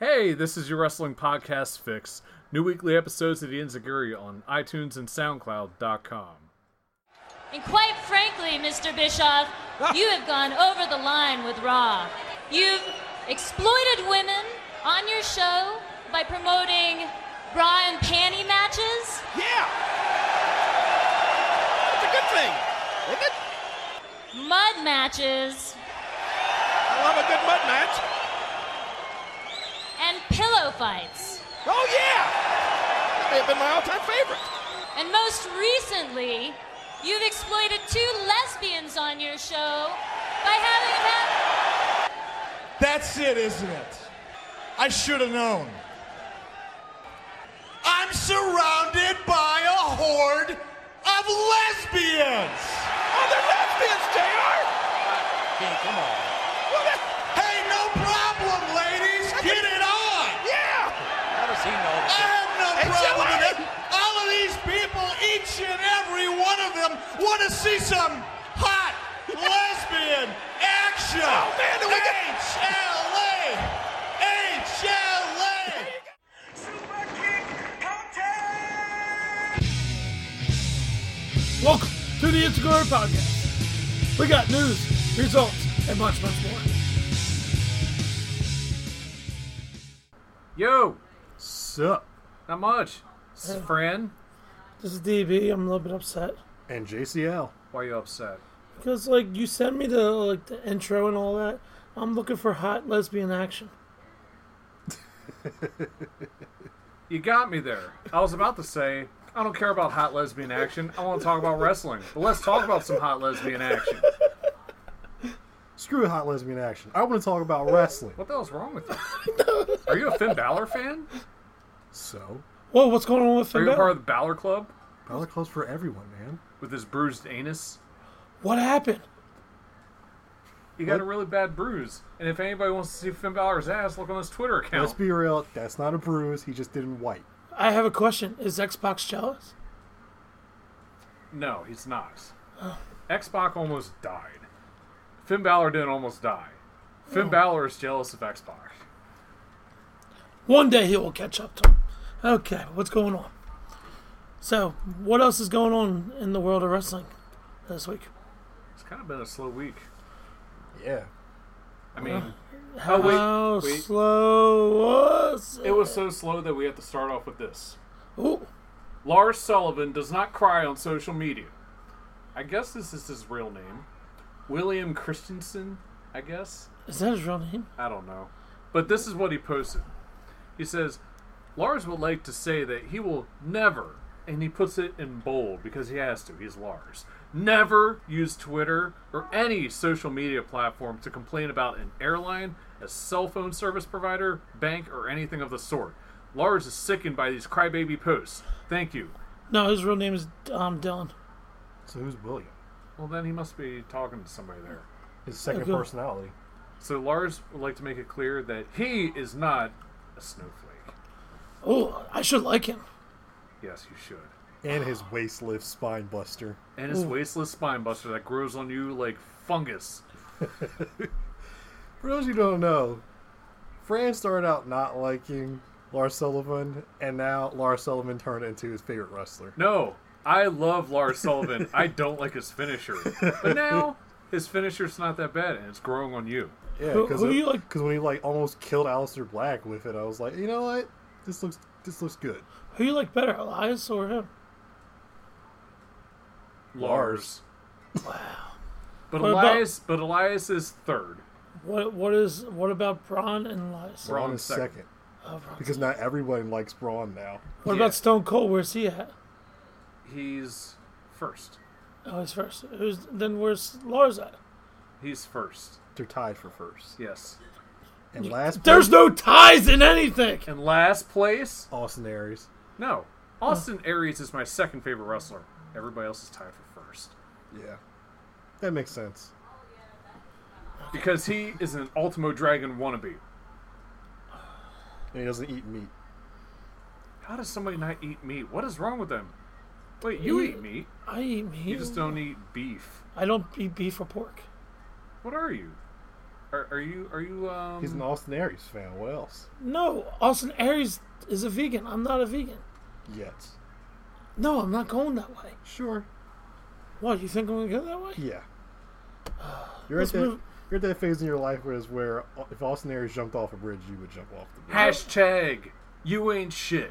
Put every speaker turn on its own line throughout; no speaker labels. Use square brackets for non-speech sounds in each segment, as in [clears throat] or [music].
Hey, this is your wrestling podcast fix. New weekly episodes of The Inzaguri on iTunes and SoundCloud.com.
And quite frankly, Mr. Bischoff, you have gone over the line with Raw. You've exploited women on your show by promoting bra and panty matches.
Yeah! It's a good thing, isn't it?
mud matches,
I love a good mud match.
and pillow fights.
Oh, yeah! That may have been my all time favorite.
And most recently, you've exploited two lesbians on your show by having them have-
That's it, isn't it? I should have known. I'm surrounded by a horde of lesbians.
Oh, they're lesbians, JR!
Yeah, come on.
Well, that,
Hey, no problem, ladies. Get it on.
yeah!
I have no
Hey,
problem with it.
Joey.
All of these people, each and every one of them, want to see some hot lesbian action.
Oh, man, do we get-
HLA. HLA.
Welcome to the Instagram Podcast. We got news, results, and much, much more. Yo, sup? Not much. This is Fran.
This is DB. I'm a little bit upset
and JCL.
Why are you upset?
because like you sent me the like the intro and all that. I'm looking for hot lesbian action.
You got me there. I was about to say, I don't care about hot lesbian action. I want to talk about wrestling. But let's talk about some hot lesbian action.
Screw hot lesbian action. I want to talk about wrestling.
What the hell's wrong with you? Are you a Finn Balor fan?
So,
Whoa, what's going on with
Are
Finn
you a part
Balor?
of the Balor Club
Bella calls for everyone, man.
with his bruised anus?
What happened?
He got a really bad bruise. And if anybody wants to see Finn Balor's ass, look on his Twitter account.
Let's be real. That's not a bruise. He just didn't white.
I have a question. Is Xbox jealous?
No, he's not.
[sighs]
Xbox almost died. Finn Balor didn't almost die. Finn Balor is jealous of Xbox.
One day he will catch up to him. Okay, what's going on? So, what else is going on in the world of wrestling this week?
It's kind of been a slow week.
Yeah.
I mean,
How
oh wait, wait.
slow was
it was so slow that we have to start off with this.
Ooh,
Lars Sullivan does not cry on social media. I guess this is his real name, William Christensen. I guess.
is that his real name?
I don't know. But this is what he posted. He says, Lars would like to say that he will never, and he puts it in bold because he has to, he's Lars, never use Twitter or any social media platform to complain about an airline, a cell phone service provider, bank, or anything of the sort. Lars is sickened by these crybaby posts. Thank you.
No, his real name is um, Dylan.
So who's William?
Well, then he must be talking to somebody there.
His second
Okay.
personality.
So Lars would like to make it clear that he is not a snowflake.
Oh, I should like him.
Yes, you should.
And his waist lift spine buster.
and his wasteless spine buster that grows on you like fungus.
For those you don't know, Fran started out not liking Lars Sullivan, and now Lars Sullivan turned into his favorite wrestler.
No, I love Lars Sullivan. I don't like his finisher. But now his finisher's not that bad and it's growing on you.
Yeah,
Who- who do you
because
like-
when he like almost killed Alistair Black with it, I was like, you know what? This looks this looks good.
Who you like better, Elias or him?
Lars. Wow. But
What about-
Elias but Elias is third.
What what is what about Braun and Elias? Oh,
Braun
Braun
is
is
second.
second. Because not everyone likes Braun now.
What
yeah.
about Stone Cold? Where's he at?
He's first.
Oh, he's first. Who's then? Where's Lars at?
He's first.
They're tied for first.
Yes.
And last
There's
place,
no ties in anything.
And last place?
Austin Aries.
No. Austin Aries is my second favorite wrestler. Everybody else is tied for first.
Yeah. That makes sense.
Because he is an Ultimo Dragon wannabe.
And he doesn't eat meat.
How does somebody not eat meat? What is wrong with them? Wait, you
Yeah.
eat meat.
I eat meat.
You just don't eat beef.
I don't eat beef or pork.
What are you? Are, are you are you um?
Mm-hmm.
He's an Austin Aries fan. What else?
No, Austin Aries is a vegan. I'm not a vegan.
Yet.
No, I'm not going that way.
Sure.
What, you think I'm going to go that way?
Yeah.
[sighs]
You're at,
Let's
that,
move-
you're at that phase in your life where, it's where if Austin Aries jumped off a bridge, you would jump off
[laughs]
the bridge.
hashtag you ain't shit.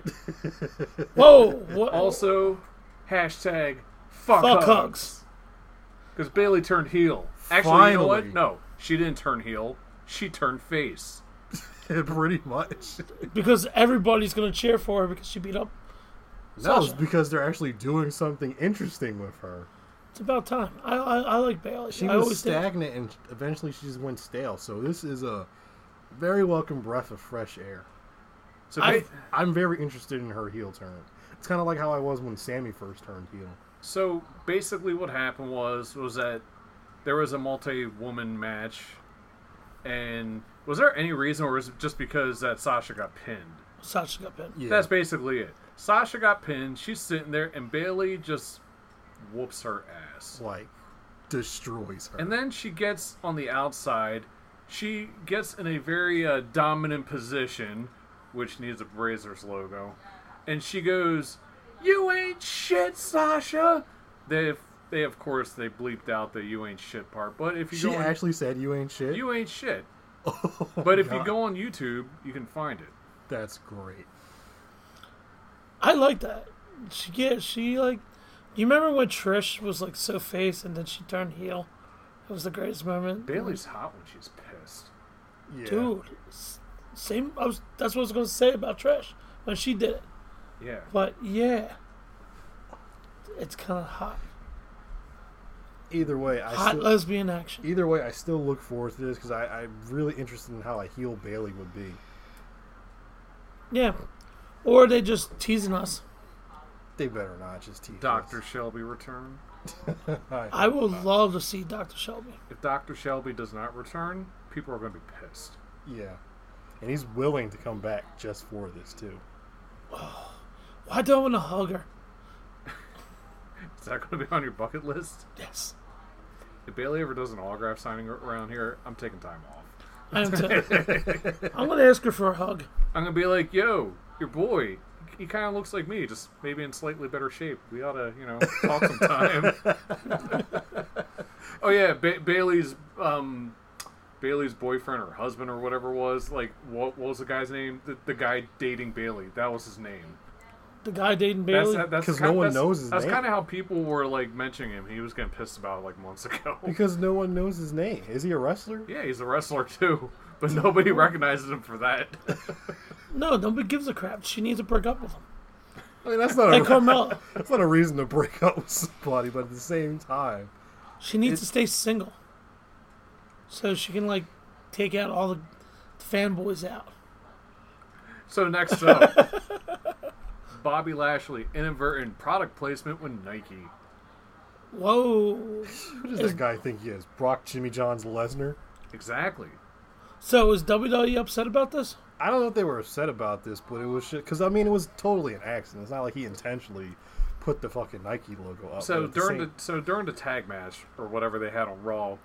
Whoa!
[laughs]
What,
Also, hashtag fuck,
fuck
hugs.
hugs.
Because Bailey turned heel. Actually, you know what?
Finally.
No, she didn't turn heel. She turned face.
Pretty much.
Because everybody's going to cheer for her because she beat up.
[laughs] No, it's because they're actually doing something interesting with her.
It's about time. I I, I like Bailey.
She
I
was
did.
stagnant, and eventually she just went stale. So this is a very welcome breath of fresh air.
So,
I-
ba-
I'm very interested in her heel turn. It's kind of like how I was when Sammy first turned heel.
so basically, what happened was was that there was a multi-woman match, and was there any reason, or was it just because that Sasha got pinned?
Sasha got pinned.
Yeah,
That's basically it. Sasha got pinned. She's sitting there, and Bailey just whoops her ass.
like destroys her.
And then she gets on the outside. She gets in a very uh, dominant position, which needs a Brazzers logo. And she goes, "You ain't shit, Sasha." They, they of course, they bleeped out the "you ain't shit" part. But if you
she
go, on,
actually said, "You ain't shit."
you ain't shit.
[laughs] Oh
But if
God,
you go on YouTube, you can find it.
that's great.
I like that. She yeah, she like. You remember when Trish was like so face and then she turned heel? That was the greatest moment.
Bailey's hot when she's pissed.
Yeah.
Dude, s- same. I was, that's what I was gonna say about Trish when she did it.
Yeah.
But yeah, it's kind of hot,
Either way, I
hot
still,
lesbian action.
either way, I still look forward to this because I'm really interested in how a heel Bailey would be.
Yeah, or they just teasing us.
They better not just tease. us.
Doctor Shelby return.
I would love to see Doctor Shelby.
If Dr. Shelby does not return, people are going to be pissed.
Yeah, and he's willing to come back just for this too.
Why do I want to hug her?
Is that going to be on your bucket list?
Yes,
If Bailey ever does an autograph signing around here, I'm taking time off.
I
[laughs]
am too. I'm gonna ask her for a hug.
I'm going to be like, yo, your boy, he kind of looks like me, just maybe in slightly better shape. We ought to, you know, talk sometime. oh, yeah, ba- Bailey's. Um, Bailey's boyfriend or husband or whatever it was like what, what was the guy's name? The, the guy dating Bailey. That was his name.
The guy dating
That's
Bailey.
that's
'Cause
kind-
no one
that's-
knows his
That's
name.
kind of how people were like mentioning him. He was getting pissed about it like months ago.
[laughs] Because no one knows his name. Is he a wrestler?
[laughs] yeah, he's a wrestler too, but nobody recognizes him for
[laughs]
that.
No, nobody gives a crap. She needs to break up with him.
I mean, that's not
Like
a,
Carmella,
[laughs] that's not a reason to break up with somebody, but at the same time,
she needs to stay single, so she can like take out all the fanboys out.
So next up, Bobby Lashley inadvertent product placement with Nike.
Whoa!
who does that guy think he is? Brock, Jimmy John's, Lesnar.
Exactly.
So is WWE upset about this?
I don't know if they were upset about this, but it was shit. Because I mean, it was totally an accident. It's not like he intentionally put the fucking Nike logo up.
So
but at the
during the,
same-
so during the tag match or whatever they had on Raw,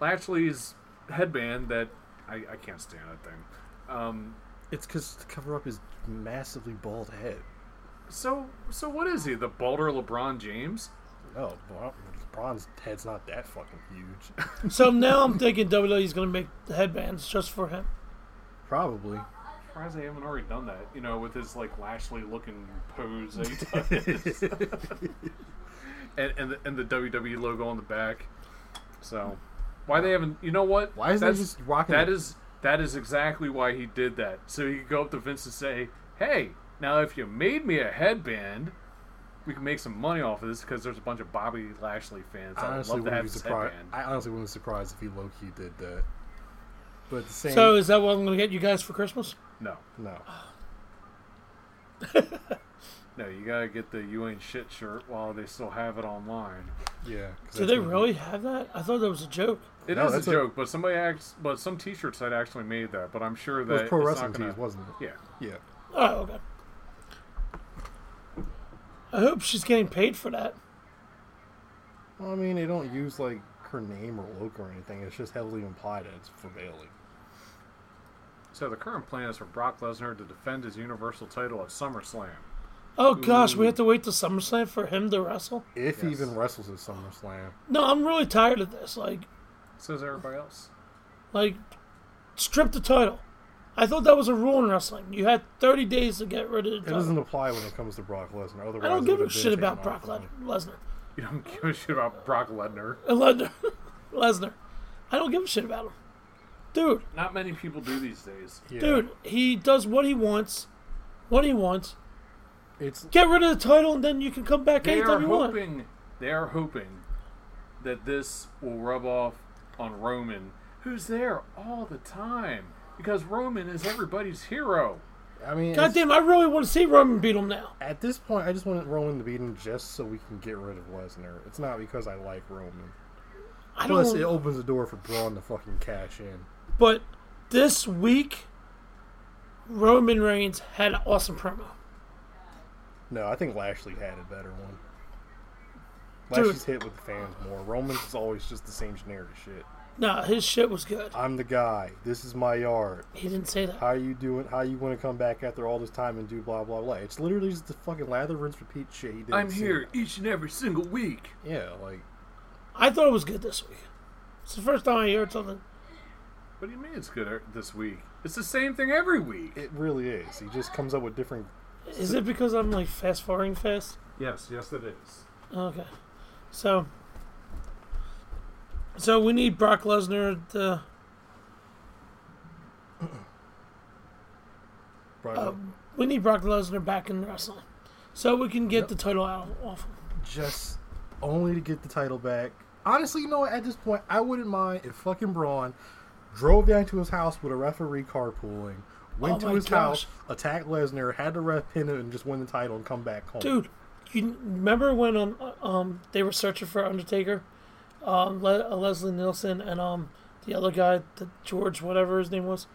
Lashley's headband that I, I can't stand that thing.
it's because to cover up his massively bald head.
So so what is he? The Balder LeBron James?
No, Bron- Braun's head's not that fucking huge. [laughs]
So now I'm thinking WWE is going to make the headbands just for him.
[laughs]
Probably.
surprised they haven't already done that. You know, with his like Lashley looking pose that he does. [laughs] and and the, and the WWE logo on the back. So why they haven't? You know what?
Why is they just rocking
That
it?
is that is exactly why he did that. So he could go up to Vince and say, "Hey, now if you made me a headband." We can make some money off of this because there's a bunch of Bobby Lashley fans.
I
that would
honestly
love to have
wouldn't be
his
surprised.
headband.
I honestly wouldn't be surprised if he low key did that. But at the same,
So is that what I'm going to get you guys for Christmas?
no,
no,
no, you gotta get the "You Ain't Shit" shirt while they still have it online.
yeah. 'cause
Do
that's
they
what-
really have that? I thought that was a joke.
It
No,
is
that's
a
a-
joke, but somebody acts, but some T-shirt site actually made that. But I'm sure
It
that
was pro
it's
wrestling
not gonna-
tees, wasn't it?
Yeah,
Yeah.
Oh, okay. I hope she's getting paid for that.
Well, I mean, they don't use like her name or look or anything. It's just heavily implied that it's for Bailey.
So the current plan is for Brock Lesnar to defend his Universal title at SummerSlam.
Oh gosh,
Mm.
we have to wait to SummerSlam for him to wrestle.
If he even wrestles at SummerSlam,
No, I'm really tired of this. Like,
So is everybody else.
like, strip the title. I thought that was a rule in wrestling. You had 30 days to get rid of the
it doesn't
title.
apply when it comes to Brock Lesnar. Otherwise,
I don't
it
give a
would've been
shit about
taken
Brock
off of
Lesnar.
him.
Lesnar.
You don't [laughs] give a shit about Brock Lesnar.
Uh, Lesnar. [laughs] Lesnar. I don't give a shit about him. Dude,
Not many people do these days.
Yeah.
dude, he does what he wants, what he wants.
it's
Get rid of the title, and then you can come back
They are
anytime you want.
hoping. They are hoping that this will rub off on Roman, who's there all the time because Roman is everybody's hero.
I mean, it's-
Goddamn, I really want to see Roman beat him now.
at this point, I just want Roman to beat him just so we can get rid of Lesnar. It's not because I like Roman.
I
Plus,
don't.
it opens the door for Braun to fucking cash in.
But this week, Roman Reigns had an awesome promo.
No, I think Lashley had a better one.
Dude.
Lashley's hit with the fans more. Roman's is always just the same generic shit.
Nah, his shit was good.
I'm the guy. This is my yard.
He didn't say that.
How you doing? How you want to come back after all this time and do blah blah blah? It's literally just the fucking lather, rinse, repeat shit. He did
I'm here each and every single week.
Yeah, like
I thought it was good this week. It's the first time I heard something.
What do you mean it's good er- this week? It's the same thing every week.
it really is. He just comes up with different.
Is it because I'm like fast forwarding fast?
Yes, yes, it is.
Okay. So So we need Brock Lesnar to we need Brock Lesnar back in wrestling. So we can get the title out of off him.
just only to get the title back. Honestly, you know what? At this point, I wouldn't mind if fucking Braun drove down to his house with a referee carpooling, went
Oh
to
my
his
gosh.
house, attacked Lesnar, had the ref pin him, and just win the title and come back home.
Dude, you remember when um um they were searching for Undertaker, um Le- uh, Leslie Nielsen and um the other guy, the George whatever his name was,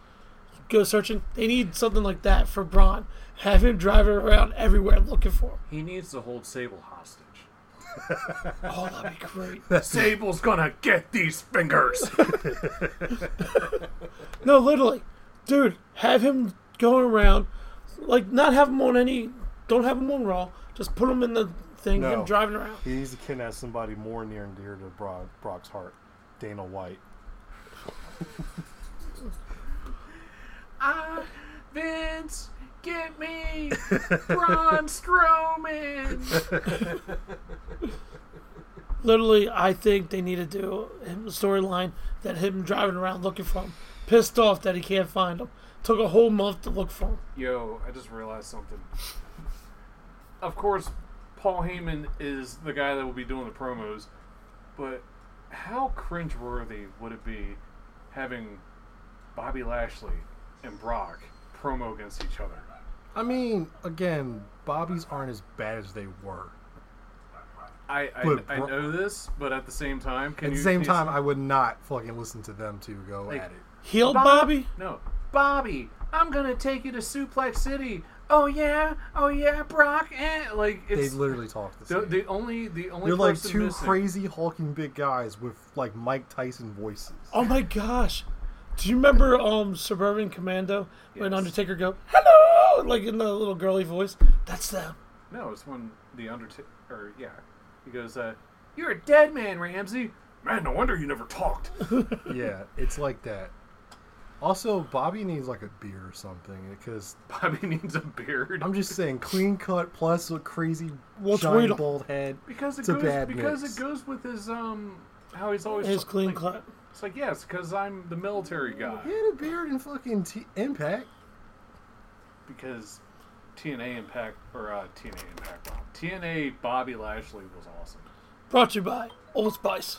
go searching. They need something like that for Braun. Have him driving around everywhere looking for him.
He needs to hold Sable hostage.
Oh, that'd be great.
Sable's gonna get these fingers.
No, literally, dude, have him going around, like not have him on any, don't have him on Raw. Just put him in the thing.
No.
Him driving around.
He needs to kidnap somebody more near and dear to Brock, Brock's heart, Dana White.
ah, [laughs] Vince, get me Braun Strowman.
Literally, I think they need to do him- a storyline that him driving around looking for him, pissed off that he can't find him. Took a whole month to look for him.
Yo, I just realized something. Of course, Paul Heyman is the guy that will be doing the promos, but how cringeworthy would it be having Bobby Lashley and Brock promo against each other?
I mean, again, Bobbies aren't as bad as they were.
I I,
But
I
Bro-
know this, but at the same time, can
At the
you
same
please-
time, I would not fucking listen to them two go
Like-
at it.
Heel
Bob-
Oh, Bobby.
No, Bobby, I'm gonna take you to Suplex City. Oh yeah, oh yeah, Brock. Eh. Like
They
it's
literally talk the same.
the, the only the only
They're like
person
two
missing-
crazy hulking big guys with like Mike Tyson voices.
Oh my gosh. Do you remember um Suburban Commando when
Yes.
Undertaker go hello like in the little girly voice? That's them.
No, it's when the Undertaker. Or yeah, he goes. uh, You're a dead man, Ramsey. Man, no wonder you never talked. [laughs]
yeah, it's like that. Also, Bobby needs like a beard or something because
Bobby needs a beard
I'm just saying, clean cut plus a crazy
What's
giant
Weedle?
bald head.
because it
it's a
goes
bad
because
mix.
it goes with his um how he's always
His clean
like-
cut.
It's like yes, because I'm the military guy.
He had a beard in fucking t- Impact.
because TNA Impact or uh, TNA Impact Bob. TNA Bobby Lashley was awesome.
Brought to you by Old Spice.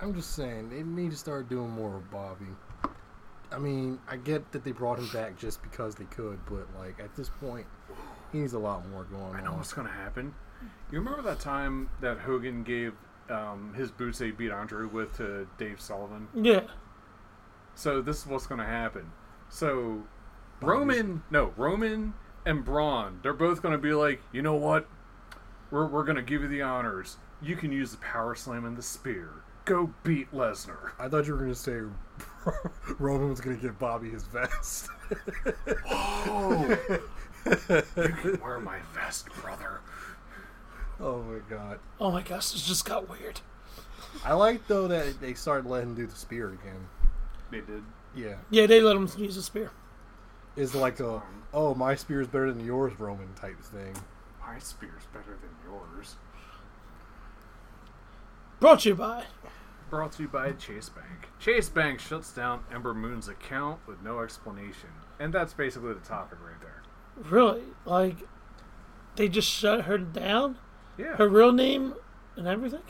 I'm just saying they need to start doing more with Bobby. I mean, I get that they brought him back just because they could, but like at this point, he needs a lot more going
You know
on.
what's gonna happen? You remember that time that Hogan gave um, his boots they beat Andrew with to Dave Sullivan?
Yeah.
So this is what's gonna happen. So Roman, no Roman and Braun, they're both gonna be like, you know what? We're, we're going to give you the honors. You can use the power slam and the spear. Go beat Lesnar.
I thought you were gonna say [laughs] Roman was gonna give Bobby his vest. [laughs]
[laughs] Wear my vest, brother.
oh my god!
Oh my gosh, this just got weird.
I like though that they started letting him do the spear again.
They did.
Yeah,
Yeah, they let him use a spear.
it's like a oh my spear is better than yours, Roman type thing.
My spear's better than yours.
Brought to you by
Brought to you by Chase Bank. Chase Bank shuts down Ember Moon's account with no explanation. And that's basically the topic right there.
really like they just shut her down.
Yeah.
Her real name and everything.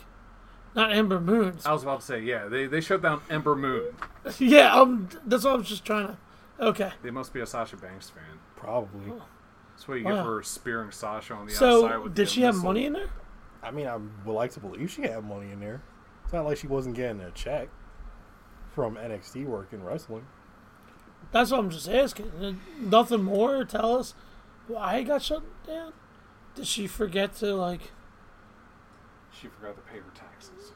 Not Amber Moon.
I was about to say, yeah, they, they shut down Ember Moon.
[laughs] yeah, um, that's what I was just trying to. Okay,
They must be a Sasha Banks fan.
Probably.
That's why you get
Wow.
for spearing Sasha on the outside
so
with
did
the
she have
missile.
money in there?
I mean, I would like to believe she had money in there. It's not like she wasn't getting a check from NXT work in wrestling.
That's what I'm just asking. Uh, Nothing more. Tell us why it got shut down. Did she forget to like?
She forgot to pay her
[laughs]
taxes.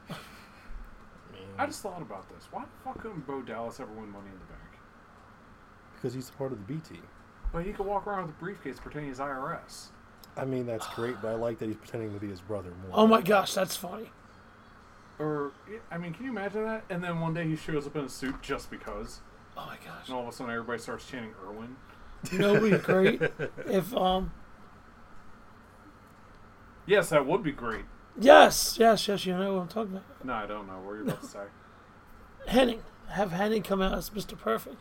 I just thought about this. Why the fuck couldn't Bo Dallas ever win money in the bank?
because he's part of the B team.
But he could walk around with a briefcase pretending he's IRS.
I mean, that's great, but I like that he's pretending to be his brother more.
Oh my gosh, that's funny.
Or, I mean, can you imagine that? And then one day he shows up in a suit just because.
Oh my gosh.
And all of a sudden everybody starts chanting Irwin.
You know, it would be great if um.
Yes, that would be great.
Yes, yes, yes. You know what I'm talking about.
No, I don't know. What are you about to [laughs] say?
Henning. Have Henning come out as Mr. Perfect.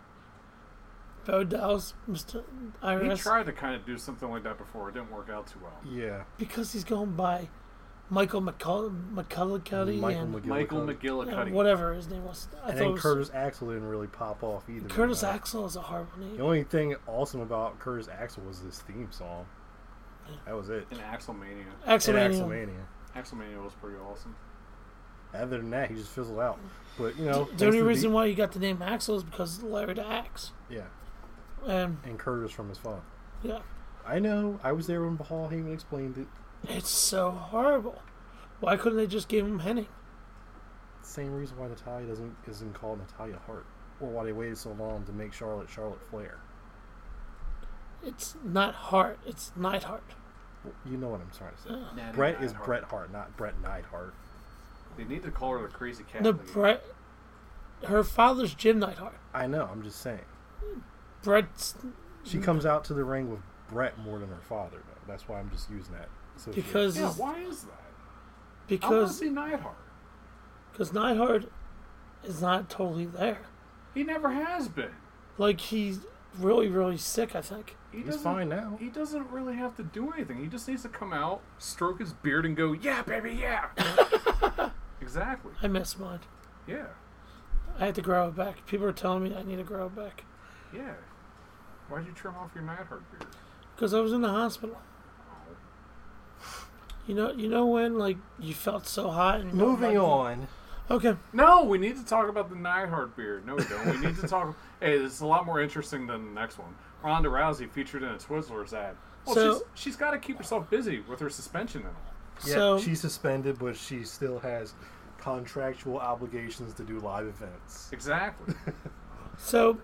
Bo Dallas, Mr.
He
IRS.
tried to kind of do something like that before. It didn't work out too well.
Yeah,
because he's going by Michael McCull- McCullough
Michael
and
McGill.
Michael
uh,
McGillicuddy.
whatever his name was. I
And
thought it
then
was,
Curtis Axel didn't really pop off either.
Curtis
Uh,
Axel is a horrible
The
name.
only thing awesome about Curtis Axel was this theme song. That was it.
and Axelmania.
And
Axelmania.
Axelmania.
Axelmania was pretty awesome.
Other than that, he just fizzled out. But you know, thanks
The only
to
reason
B-
why he got the name Axel is because of Larry the Axe.
yeah,
And
and Curtis from his father.
yeah,
I know. I was there when Paul Heyman explained it.
it's so horrible. Why couldn't they just give him Henning?
Same reason why Natalia doesn't isn't called Natalia Hart, or why they waited so long to make Charlotte Charlotte Flair.
It's not Hart. It's Neidhart.
You know what I'm trying to say.
Oh.
Bret is Bret Hart, not Bret Neidhart.
They need to call her the crazy cat.
No,
lady.
Brett. Her father's Jim Neidhart.
I know. I'm just saying.
Brett's. Mm.
She comes out to the ring with Bret more than her father, though. That's why I'm just using that. So
Because.
Yeah, why is that? I want to
Because.
see Neidhart.
Because Neidhart is not totally there.
He never has been.
Like, he's really, really sick, I think.
He
He's
doesn't-
fine now.
He doesn't really have to do anything. He just needs to come out, stroke his beard, and go, "Yeah, baby, [laughs] yeah." exactly.
I miss mine.
Yeah.
I had to grow it back. People are telling me I need to grow it back.
Yeah. Why'd you trim off your Neidhart beard?
Because I was in the hospital. You know, you know when like you felt so hot and
moving on.
Okay,
No, we need to talk about the Neidhart beard. No, we don't. We need to [laughs] talk. hey, this is a lot more interesting than the next one. Ronda Rousey featured in a Twizzlers ad. Well,
So-
she's, she's got to keep herself busy with her suspension and all.
Yeah,
so
she's suspended, but she still has contractual obligations to do live events.
Exactly.
so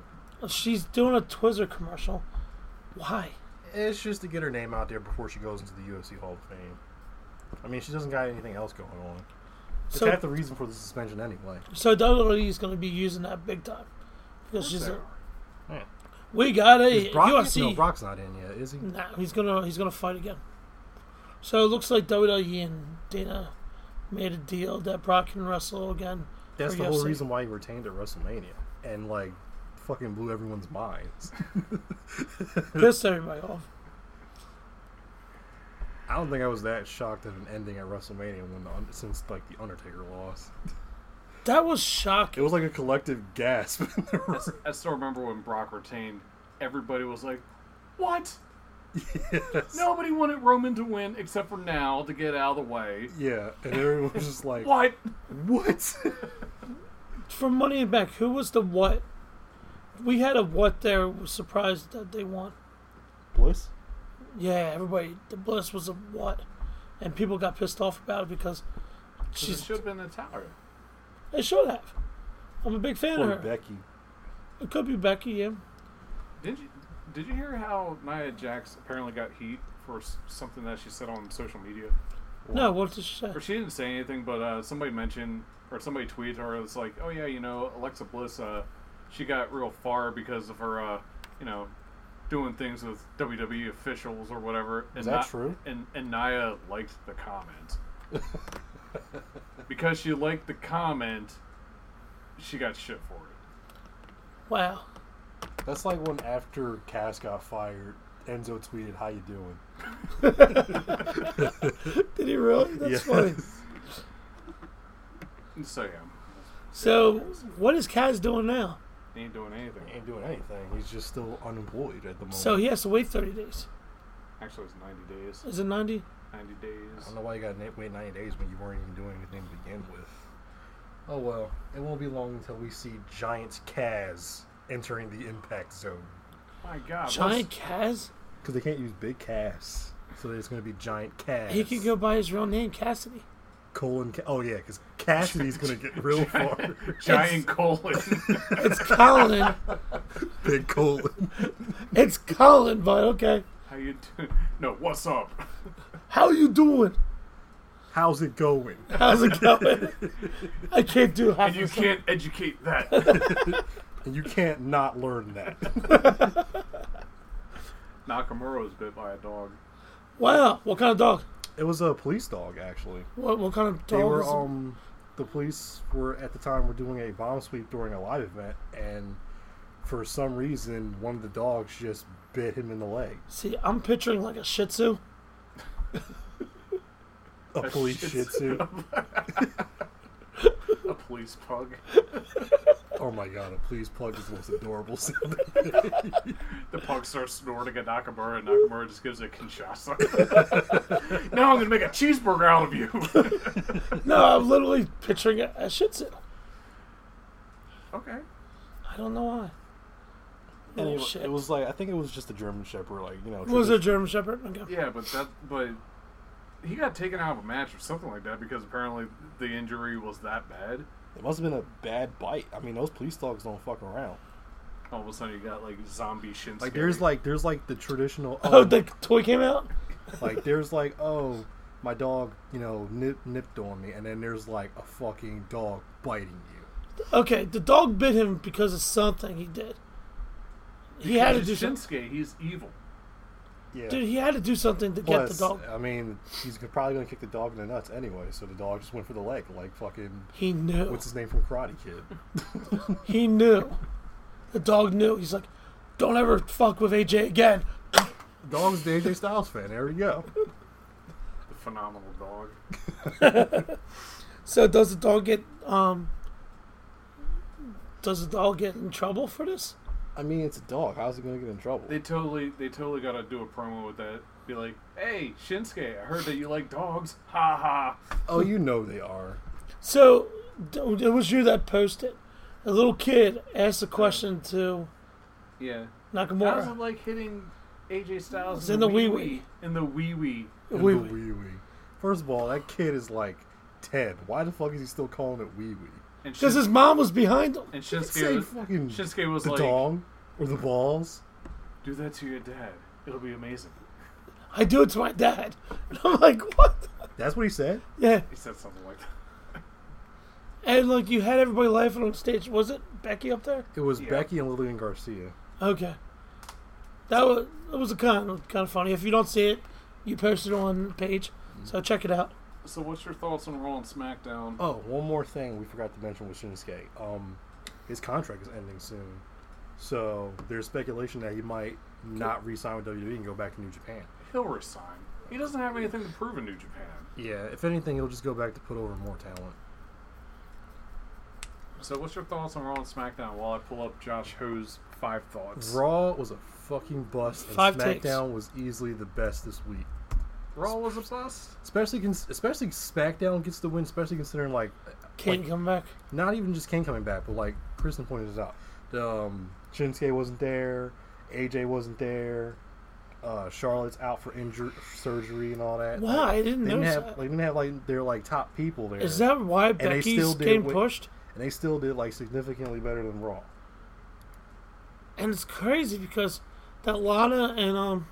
she's doing a Twizzler commercial. Why?
It's just to get her name out there before she goes into the UFC Hall of Fame. I mean, she doesn't got anything else going on. It's
So
half the reason for the suspension anyway.
so WWE is going to be using that big time because she's like,
Yeah.
we got a
Is Brock,
UFC.
No, Brock's not in yet, is he?
Nah, he's gonna he's gonna fight again. So it looks like WWE and Dana made a deal that Brock can wrestle again.
That's
for
the whole
UFC.
reason why he retained at WrestleMania and like fucking blew everyone's minds.
Pissed everybody off.
I don't think I was that shocked at an ending at WrestleMania when the, Un- since like the Undertaker lost.
That was
It
shocking.
was like a collective gasp. [laughs] in the room.
I still remember when Brock retained, everybody was like, What? Nobody wanted Roman to win except for now to get out of the way.
yeah, and everyone was just like,
What?
[laughs] What?
For Money in the Bank, who was the what? We had a what there was surprised that they won.
Bliss?
Yeah, everybody. The Bliss was a what? and people got pissed off about it because
It
she's.
should have been Natalia.
They should have. I'm a big fan
Or
of her.
Becky.
It could be Becky. Yeah.
Did you did you hear how Nia Jax apparently got heat for s- something that she said on social media?
No, what did she say?
Or she didn't say anything, but uh, somebody mentioned or somebody tweeted her. It's like, oh yeah, you know, Alexa Bliss, uh, she got real far because of her, uh, you know, doing things with WWE officials or whatever. And
Is that
Ni-
true?
And and Nia liked the
[laughs]
comment because she liked the comment. She got shit for it.
Wow.
That's like when after Cass got fired, Enzo tweeted, "How you doing?"
Did he
[laughs]
really? That's funny.
And So yeah,
So, what is Kaz doing now?
he ain't doing anything.
Ain't doing anything. He's just still unemployed at the moment.
So he has to wait 30 days.
Actually, it's ninety days.
Is it 90?
90
I
days.
don't know why you got to wait 90 days when you weren't even doing anything to begin with. Oh well, it won't be long until we see Giants Kaz entering the impact zone
My God.
Giant Kaz?
because they can't use Big Cass, so there's going to be Giant Kaz.
He could go by his real name, Cassidy.
colon. Ca- oh yeah, because Cassidy's going to get
[laughs]
real far.
what's Giant colon. [laughs]
It's
[laughs]
Colin.
Big colon.
it's Colin, but okay.
How you doing? No, what's up?
How you doing?
How's it going?
How's it going?
[laughs]
I can't do half
And you
of
can't educate
[laughs]
that.
And you can't not learn
[laughs]
that.
Nakamura was bit by a dog.
Wow. What kind of dog?
it was a police dog actually.
What, what kind of dog?
They were
is it?
um the police were at the time were doing a bomb sweep during a live event and for some reason one of the dogs just bit him in the leg.
See, I'm picturing like a Shih Tzu.
A police
shit.
shih tzu. [laughs]
A police pug.
oh my god, a police pug is the most adorable [laughs] sound.
The pug starts snorting at Nakamura, and Nakamura just gives it Kinshasa. [laughs] now I'm going to make a cheeseburger out of you.
No, I'm literally picturing a, a Shih Tzu.
[laughs] okay.
I don't know why.
And
Oh,
it,
shit.
it was like I think it was just a German Shepherd, like you know.
What was it, a
tradi-
German Shepherd? Okay.
Yeah, but that, but he got taken out of a match or something like that because apparently the injury was that bad.
it must have been a bad bite. I mean, those police dogs don't fuck around.
All of a sudden, you got like zombie Shinsuke.
Like there's like there's like the traditional
[laughs] Oh, the toy came out?
Like there's like, oh, my dog, you know, nip, nipped on me, and then there's like a fucking dog biting you.
Okay, the dog bit him because of something he did. He had to do something.
Shinsuke. He's evil.
Yeah.
Dude, he had to do something to
Plus,
get the dog.
I mean, he's g- probably gonna kick the dog in the nuts anyway. So the dog just went for the leg, like fucking
He knew.
what's his name from Karate Kid.
He knew. The dog knew. He's like, don't ever fuck with AJ again.
Dog's the AJ Styles fan. There we go.
The phenomenal dog.
So does the dog get um? Does the dog get in trouble for this?
[laughs] I mean, it's a dog. How's it gonna get in trouble?
They totally, they totally got to do a promo with that. Be like, "Hey, Shinsuke, I heard that you like dogs. [laughs] Ha ha."
oh, you know they are.
So d- it was you that posted. A little kid asked a question to
Yeah. How does it
Nakamura.
like hitting AJ Styles
It's in the wee-wee.
In the wee wee.
Wee
The
wee.
wee wee. First of all, that kid is like ten. Why the fuck is he still calling it wee wee?
And, Shin-
Because his mom was behind him.
and
Say
Shinsuke, was,
fucking
Shinsuke was
the
like,
dong or the balls.
"Do that to your dad. It'll be amazing."
I do it to my dad. [laughs] And I'm like, what?
That's what he said.
Yeah.
He said something like that.
And like you had everybody laughing on stage. Was it Becky up there?
It was
Yeah.
Becky and Lillian Garcia.
Okay. That was that was a kind of, kind of funny. If you don't see it, you posted it on the page, so check it out.
So, what's your thoughts on Raw and SmackDown?
Oh, one more thing we forgot to mention with Shinsuke. Um, his contract is ending soon, so there's speculation that he might not re-sign with WWE and go back to New Japan.
He'll resign. He doesn't have anything to prove in New Japan.
Yeah, if anything, he'll just go back to put over more talent.
So, what's your thoughts on Raw and SmackDown? While I pull up Josh Ho's five thoughts.
Raw was a fucking bust, and
Five
SmackDown
takes.
was easily the best this week.
Raw was a bust.
Especially, cons- especially SmackDown gets the win, especially considering like
Can't
Like-
come back.
not even just Kane coming back, but like Kristen pointed this out, the, um, Shinsuke wasn't there, AJ wasn't there, uh, Charlotte's out for injury surgery and all that.
Wow,
Like,
I didn't
they didn't
notice
have
that.
they didn't have like their like top people there.
Is that why
they
Becky's
still did
getting
win.
pushed?
and they still did like significantly better than Raw.
And it's crazy because that Lana and um,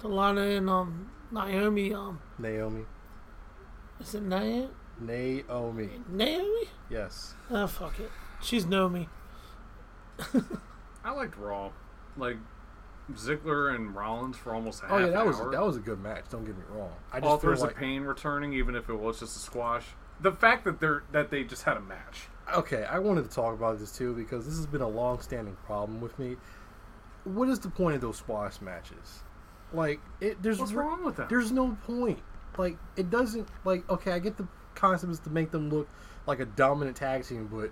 the Lana and um Naomi um
Naomi,
is it Naomi?
Naomi,
Naomi?
yes.
Ah, fuck it. She's Naomi.
I liked Raw, like Ziggler and Rollins for almost half.
Oh yeah, that
an
was
hour.
that was a good match. Don't get me wrong. I just feel
Authors
like
of Pain returning, even if it was just a squash. The fact that they're that they just had a match.
okay, I wanted to talk about this too because this has been a long-standing problem with me. What is the point of those squash matches? Like, it, there's
What's wrong with them?
There's no point. Like, it doesn't. Like, okay, I get the concept is to make them look like a dominant tag team, but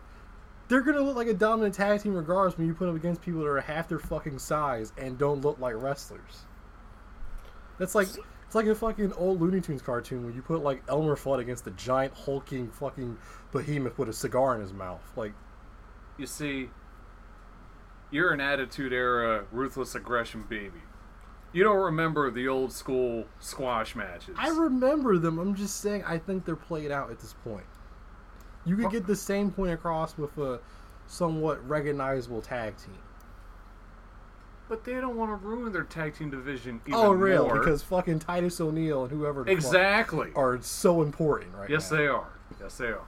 they're gonna look like a dominant tag team regardless when you put them against people that are half their fucking size and don't look like wrestlers. That's like it's like a fucking old Looney Tunes cartoon where you put like Elmer Fudd against the giant hulking fucking behemoth with a cigar in his mouth. Like
You see, you're an attitude era ruthless aggression baby. You don't remember the old school squash matches.
I remember them. I'm just saying I think they're played out at this point. You could get the same point across with a somewhat recognizable tag team.
but they don't want to ruin their tag team division even
Oh, really?
more.
Because fucking Titus O'Neil and whoever the fuck
exactly.
are so important right
Yes,
now.
they are. Yes, they are.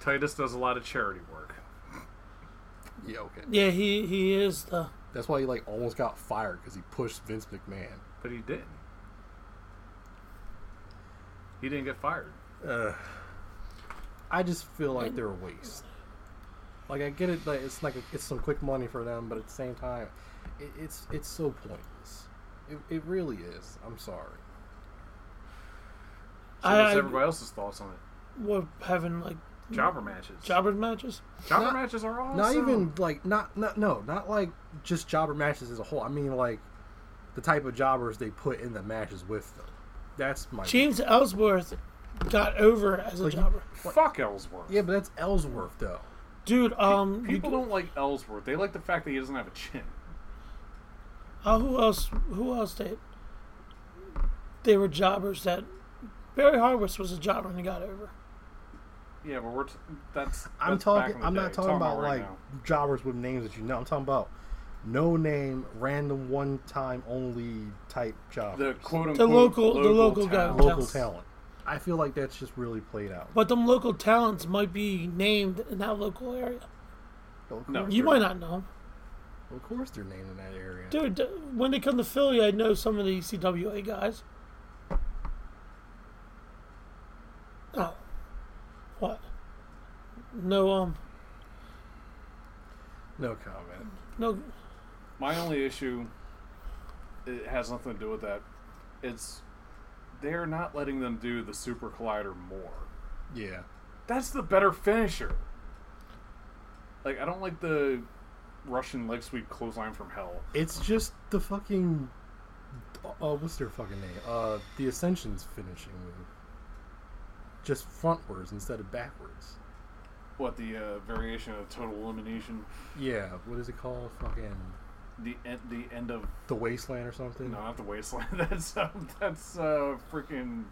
Titus does a lot of charity work.
they. Yeah, okay.
Yeah, he he is the
That's why he like almost got fired because he pushed Vince McMahon.
But he didn't. He didn't get fired.
I just feel like they're a waste. Like I get it that it's like a, it's some quick money for them, but at the same time, it, it's it's so pointless. It, it really is. I'm sorry.
So
I-
what's
I-
everybody else's thoughts on it?
what having like
Jobber matches.
jobber matches.
Jobber
Not-
matches are awesome.
Not even like not not no not like just jobber matches as a whole. I mean like the type of jobbers they put in the matches with them. That's my
James Ellsworth got over as a jobber.
Fuck Ellsworth.
yeah, but that's Ellsworth though.
Dude, um, you
People don't like Ellsworth. They like the fact that he doesn't have a chin.
Uh, who else? Who else? They they were jobbers. That Barry Harvest was a jobber and he got over.
Yeah, but we're t- that's.
I'm
that's back
talking.
in the
I'm
day.
not talking, about,
right
like
now.
jobbers with names that you know. I'm talking about no name, random, one time only type job,
the quote unquote
local- the local guy.
talent.
local
Yes.
talent. I feel like that's just really played out.
But them local talents might be named in that local area.
Of
No.
course
You
Sure.
might not know,
they're- Of course, they're named in that area.
dude. d- When they come to Philly, I know some of the E CWA guys. Oh, what? No, um,
No comment.
no.
My only issue, it has nothing to do with that. It's they're not letting them do the Super Collider more.
Yeah.
That's the better finisher. Like I don't like the Russian leg sweep clothesline from hell.
It's just the fucking. Oh, what's their fucking name? Uh, the Ascension's finishing move. Just frontwards instead of backwards.
What the uh, variation of total elimination,
Yeah. What is it called? Fucking
the end, the end of
the wasteland or something.
no, not the wasteland. [laughs] That's uh, that's uh, freaking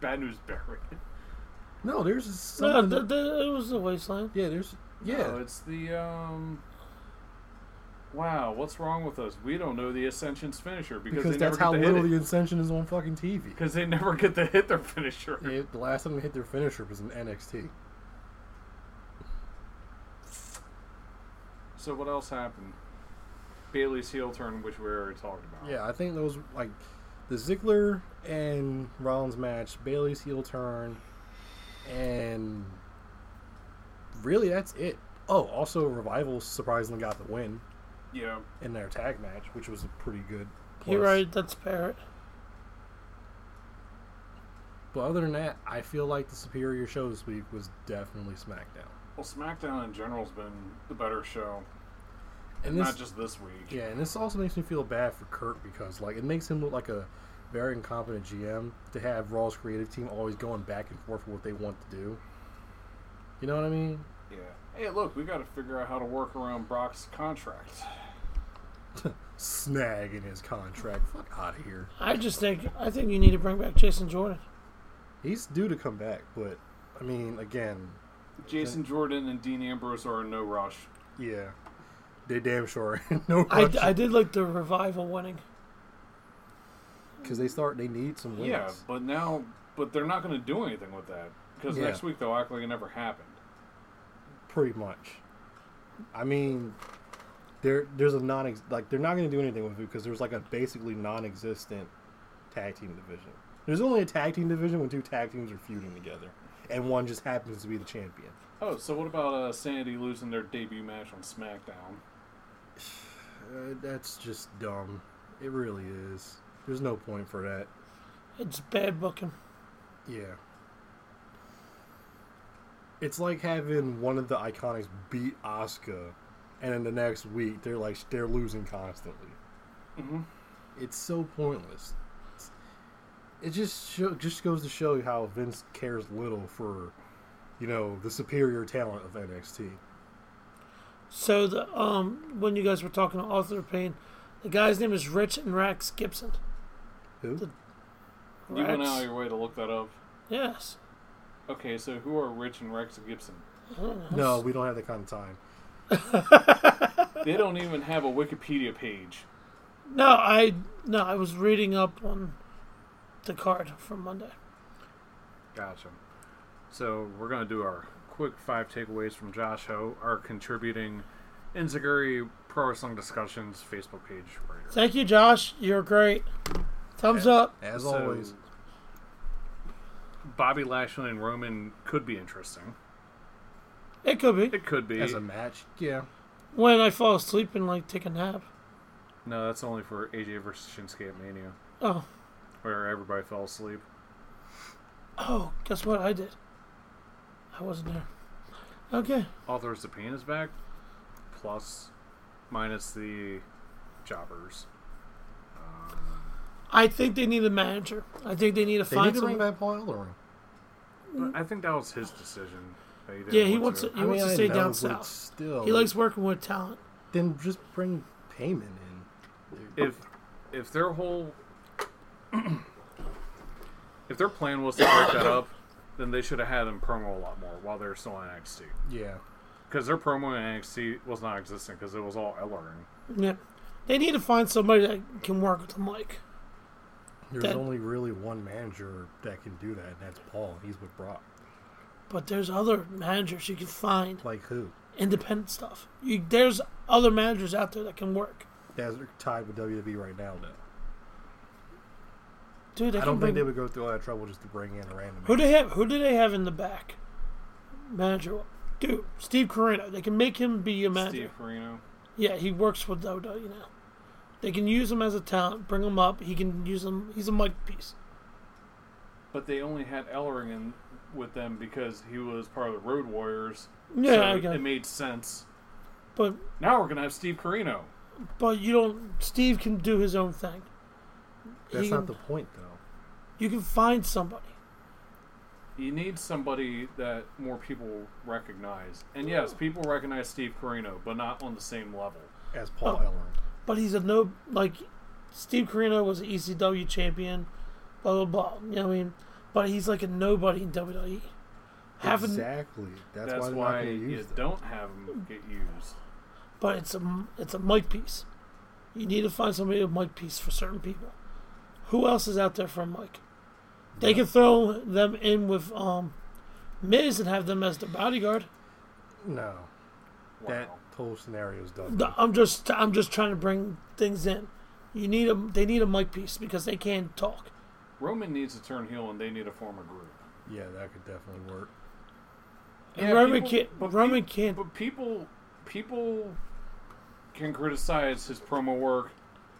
bad news Barry.
No, there's some.
No, th- th- it was the wasteland.
yeah, there's. Yeah,
No, Oh, it's the um. Wow, what's wrong with us? We don't know the Ascension's finisher because,
because
they never
that's how
get to
little
hit
the
it.
Ascension is on fucking TV.
Because they never get to hit their finisher.
Yeah, the last time they hit their finisher was in NXT.
So what else happened? Bailey's heel turn, which we already talked about.
Yeah, I think those like the Ziggler and Rollins match, Bailey's heel turn, and really that's it. Oh, also Revival surprisingly got the win
Yeah.
in their tag match, which was a pretty good. Plus.
You're right. That's Barrett.
But other than that, I feel like the superior show this week was definitely SmackDown.
Well, SmackDown in general's been the better show,
And
not just this week.
Yeah, and this also makes me feel bad for Kurt because like it makes him look like a very incompetent GM to have Raw's creative team always going back and forth with what they want to do. You know what I mean?
Yeah. Hey, look, we got to figure out how to work around Brock's contract.
snag in his contract. Fuck out of here.
I just think I think you need to bring back Jason Jordan.
He's due to come back, but I mean, again,
Jason Jordan and Dean Ambrose are in no rush.
yeah, they damn sure [laughs] are in no
I,
rush
I did like the revival winning.
because they start. They need some wins.
Yeah, but now, but they're not going to do anything with that because
Yeah.
next week they'll act like it never happened.
pretty much. I mean, there there's a non like they're not going to do anything with it because there's like a basically non-existent tag team division. There's only a tag team division when two tag teams are feuding together, and one just happens to be the champion.
Oh, so what about uh, Sanity losing their debut match on SmackDown?
Uh, that's just dumb. It really is. There's no point for that.
It's bad booking.
Yeah. It's like having one of the iconics beat Oscar, and then the next week they're like they're losing constantly. It's so pointless. It just show, just goes to show you how Vince cares little for, you know, the superior talent of NXT.
So the um when you guys were talking to Arthur Payne, the guy's name is Rich and Rax Gibson.
Who?
You went
Rex?
out of your way to look that up.
Yes.
Okay, so who are Rich and Rex Gibson?
No, we don't have that kind of time.
They don't even have a Wikipedia page.
No, I no, I was reading up on the card from Monday.
Gotcha. So we're gonna do our quick five takeaways from Josh Ho, our contributing Inzaguri Pro Wrestling Discussions Facebook page writer.
Thank you, Josh. You're great. Thumbs up.
As
So-
always,
Bobby Lashley and Roman could be interesting.
It could be.
It could be.
as a match, yeah.
When I fall asleep and like take a nap.
no, that's only for AJ versus Shinsuke at Mania,
Oh.
where everybody fell asleep.
Oh, guess what I did? I wasn't there. Okay.
Authors of Pain is back, plus, minus the jobbers.
I think they need a manager. I think they need to
They
find
need to bring
some-
back Paul Ellering.
But I think that was his decision. that didn't
Yeah, he
want
wants
to-
to- He wants to stay
know,
down
but
south.
Still,
He likes working with talent.
then just bring payment in.
if if their whole [clears throat] if their plan was to break that up, then they should have had him promo a lot more while they're still in NXT
Yeah.
because their promo in NXT was not existent because it was all Ellering.
Yeah. They need to find somebody that can work with the mic.
There's
That-
only really one manager that can do that, and that's Paul. He's with Brock.
But there's other managers you can find.
Like who?
Independent stuff. You, there's other managers out there that can work.
That's tied with WWE right now, though.
Dude, they
I
can
don't think
bring-
they would go through all that trouble just to bring in a random.
Who do they have? Who do they have in the back? Manager, dude, Steve Carino. They can make him be a manager.
Steve Carino.
Yeah, he works with Dodo. You know, they can use him as a talent. Bring him up. He can use him. He's a mic piece.
But they only had Ellering in with them because he was part of the Road Warriors.
Yeah,
so
I get
it
it.
made sense.
But
Now we're gonna have Steve Carino.
but you don't. Steve can do his own thing.
That's
He
not the
can-
point, though.
You can find somebody.
You need somebody that more people recognize. And yes, people recognize Steve Carino, but not on the same level.
As Paul
Oh.
Ellering.
But he's a no like Steve Carino was an ECW champion, blah blah blah. You know what I mean? But he's like a nobody in E. WWE. Having,
Exactly. That's,
That's
why,
why
they're not going to
you
use them.
don't have them get used.
but it's a it's a mic piece. You need to find somebody with mic piece for certain people. Who else is out there for a mic? They can throw them in with um, Miz and have them as the bodyguard.
No,
Wow.
that whole scenario's done.
No, I'm just I'm just trying to bring things in. You need a they need a mic piece because they can't talk.
Roman needs to turn heel, and they need to form a group.
Yeah, that could definitely work.
And Roman can't-
but
Roman
peop-
can't-
But people, people can criticize his promo work,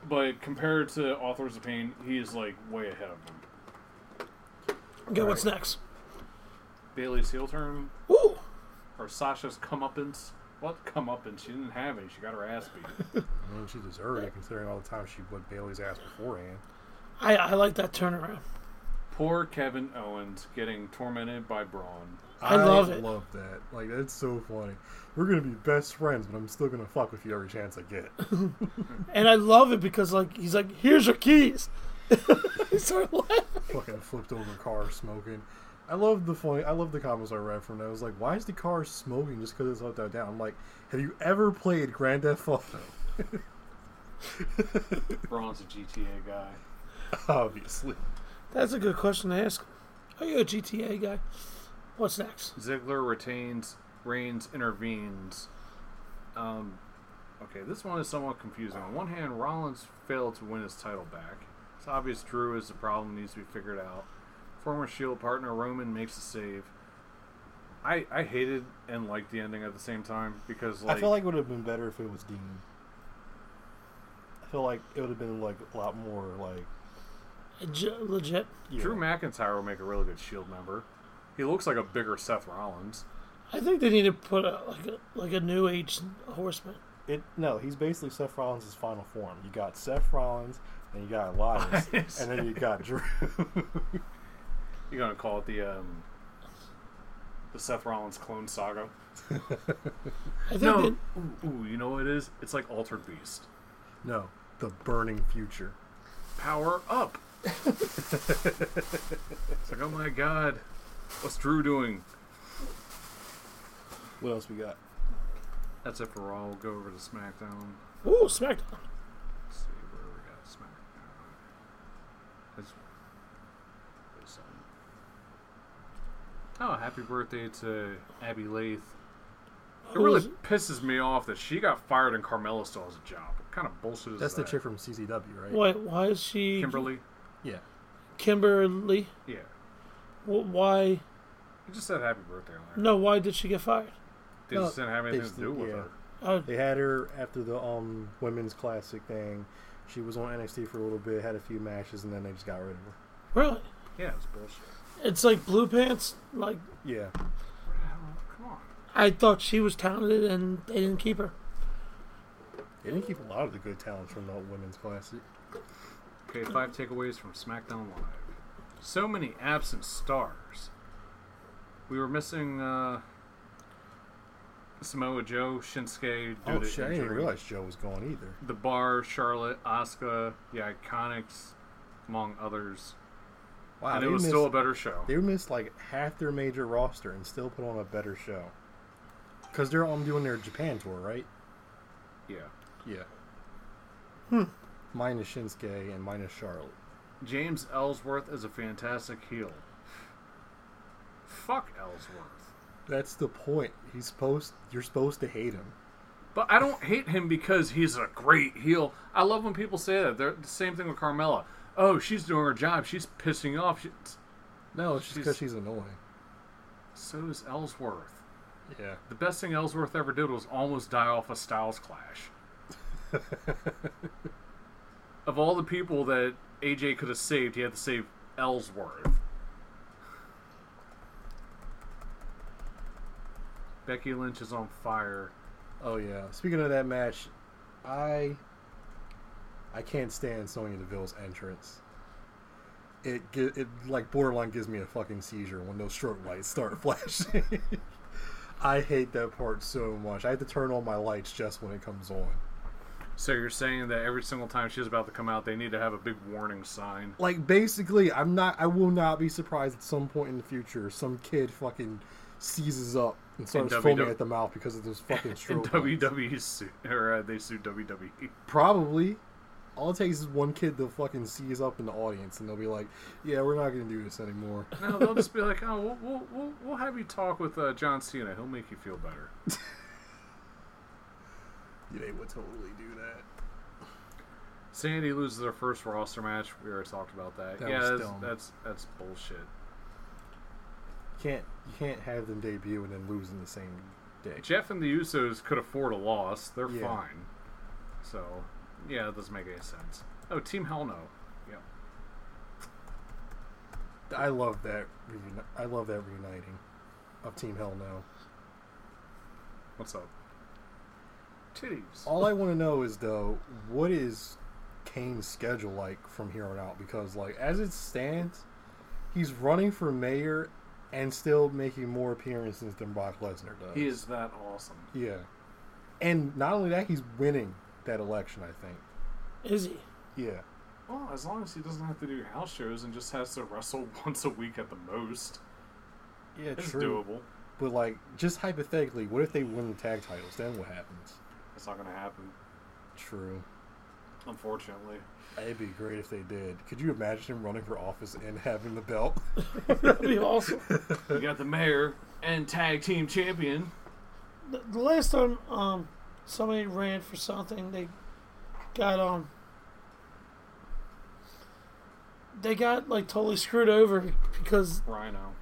but compared to Authors of Pain, he is like way ahead of them.
Okay, what's next?
Bailey's heel turn
Woo!
or Sasha's comeuppance. What comeuppance? She didn't have any. She got her ass beat.
I mean, she deserved it considering all the time she put Bailey's ass beforehand.
I I like that turnaround.
Poor Kevin Owens getting tormented by Braun.
I love it.
love that. Like that's so funny. We're gonna be best friends, but I'm still gonna fuck with you every chance I get.
And I love it because like he's like, here's your keys. [laughs] he started laughing.
Fucking flipped over car smoking. I love the funny. I love the comments I read from. That. I was like, why is the car smoking just because it's upside down? I'm like, have you ever played Grand Theft Auto? [laughs]
Bronze a GTA guy.
Obviously.
That's a good question to ask. Are you a GTA guy? What's next?
Ziggler retains, Reigns intervenes. Um, okay, this one is somewhat confusing. On one hand, Rollins failed to win his title back. It's obvious Drew is the problem, needs to be figured out. Former Shield E partner Roman makes a save. I I hated and liked the ending at the same time because like,
I feel like it would have been better if it was Dean. I feel like it would have been like a lot more like
J- legit.
you
Drew
know,
McIntyre will make a really good Shield E member. He looks like a bigger Seth Rollins.
I think they need to put a, like a like a new age horseman.
It no, he's basically Seth Rollins' final form. You got Seth Rollins, and you got Elias, and then you got Drew.
You gonna call it the um, the Seth Rollins clone saga?
I think
No.
they-
Ooh, ooh, you know what it is? It's like Altered Beast.
[laughs] no, the burning future.
Power
[laughs]
up. it's like, oh my god, what's Drew doing?
What else we got?
That's it for Raw. We'll go over to SmackDown.
ooh SmackDown.
Let's see where we got SmackDown. It's- it's, um, Oh, happy birthday to Abby Lath. It
Who
really
is-
pisses me off that she got fired and Carmella still has a job. What kind of bullshit is
That's
that?
the chick from CCW, right?
Wait, why is she
Kimberly?
Yeah.
Kimberly?
Yeah.
Wh- Why?
You just said happy birthday on there.
No, why did she get fired?
They just didn't have
They
anything
just
to do
didn't-
with
yeah.
her.
Uh,
They had her after the um women's classic thing. She was on NXT for a little bit, had a few matches, and then they just got rid of her.
really?
Yeah, it's bullshit.
It's like blue pants. Like
Yeah.
Where the hell- Come on.
I thought she was talented and they didn't keep her.
They didn't keep a lot of the good talents from the women's classic.
Okay, five takeaways from SmackDown Live. So many absent stars. We were missing uh, Samoa Joe, Shinsuke, due
Oh
to
shit! I didn't
injury.
realize Joe was gone either.
The Bar, Charlotte, Asuka, the Iconics, among others.
Wow,
and
they
it was
missed,
still a better show.
they missed like half their major roster and still put on a better show. Cause they're um doing their Japan tour, right?
Yeah.
Yeah. Hmm. Minus Shinsuke and minus Charlotte.
James Ellsworth is a fantastic heel. Fuck Ellsworth.
That's the point. He's supposed. You're supposed to hate him.
But I don't hate him because he's a great heel. I love when people say that. They're the same thing with Carmella. Oh, she's doing her job. She's pissing you off. She,
No, it's just
She's-
because she's annoying.
so is Ellsworth.
Yeah.
The best thing Ellsworth ever did was almost die off a Styles
[laughs]
clash. of all the people that AJ could have saved, he had to save Ellsworth. Becky Lynch is on fire.
Oh yeah. Speaking of that match, I I can't stand Sonya Deville's entrance. It gi- it like borderline gives me a fucking seizure when those strobe lights start [laughs] flashing. I hate that part so much. I have to turn on my lights just when it comes on.
So you're saying that every single time she's about to come out, they need to have a big warning sign. [laughs]
Like basically, I'm not. I will not be surprised at some point in the future, some kid fucking seizes up and starts
WW
foaming at the mouth because of those fucking
And
strobe. lights.
WWE sued, or uh, they sued WWE.
Probably. All it takes is one kid to fucking seize up in the audience, and they'll be like, "Yeah, we're not gonna do this anymore."
No, they'll just be like, oh, we'll, we'll, we'll, we'll have you talk with uh, John Cena. He'll make you feel better.
Yeah, [laughs] they would totally do that.
Sandy loses her first roster match. We already talked about that.
That
yeah,
was
that's,
dumb.
that's that's bullshit.
Can't you can't have them debut and then lose in the same day?
Jeff and the Usos could afford a loss. They're
Yeah.
fine. So, yeah, that doesn't make any sense. Oh, Team Hell No. Yep.
I love that. Reuni- I love that reuniting of Team Hell No.
What's up? Titties.
All I want to know is though, what is Kane's schedule like from here on out? Because like as it stands, he's running for mayor and still making more appearances than Brock Lesnar does.
He is that awesome.
Yeah. And not only that, he's winning that election, I think.
Is he?
Yeah.
Well, as long as he doesn't have to do house shows and just has to wrestle [laughs] once a week at the most,
Yeah,
it's
true.
doable.
But, like, just hypothetically, what if they win the tag titles? Then what happens?
It's not going to happen,
True.
unfortunately.
It'd be great if they did. Could you imagine him running for office and having the
[laughs]
belt?
That'd be awesome.
You got the mayor and tag team champion.
The the last time um somebody ran for something, they got um they got like totally screwed over because
Rhino.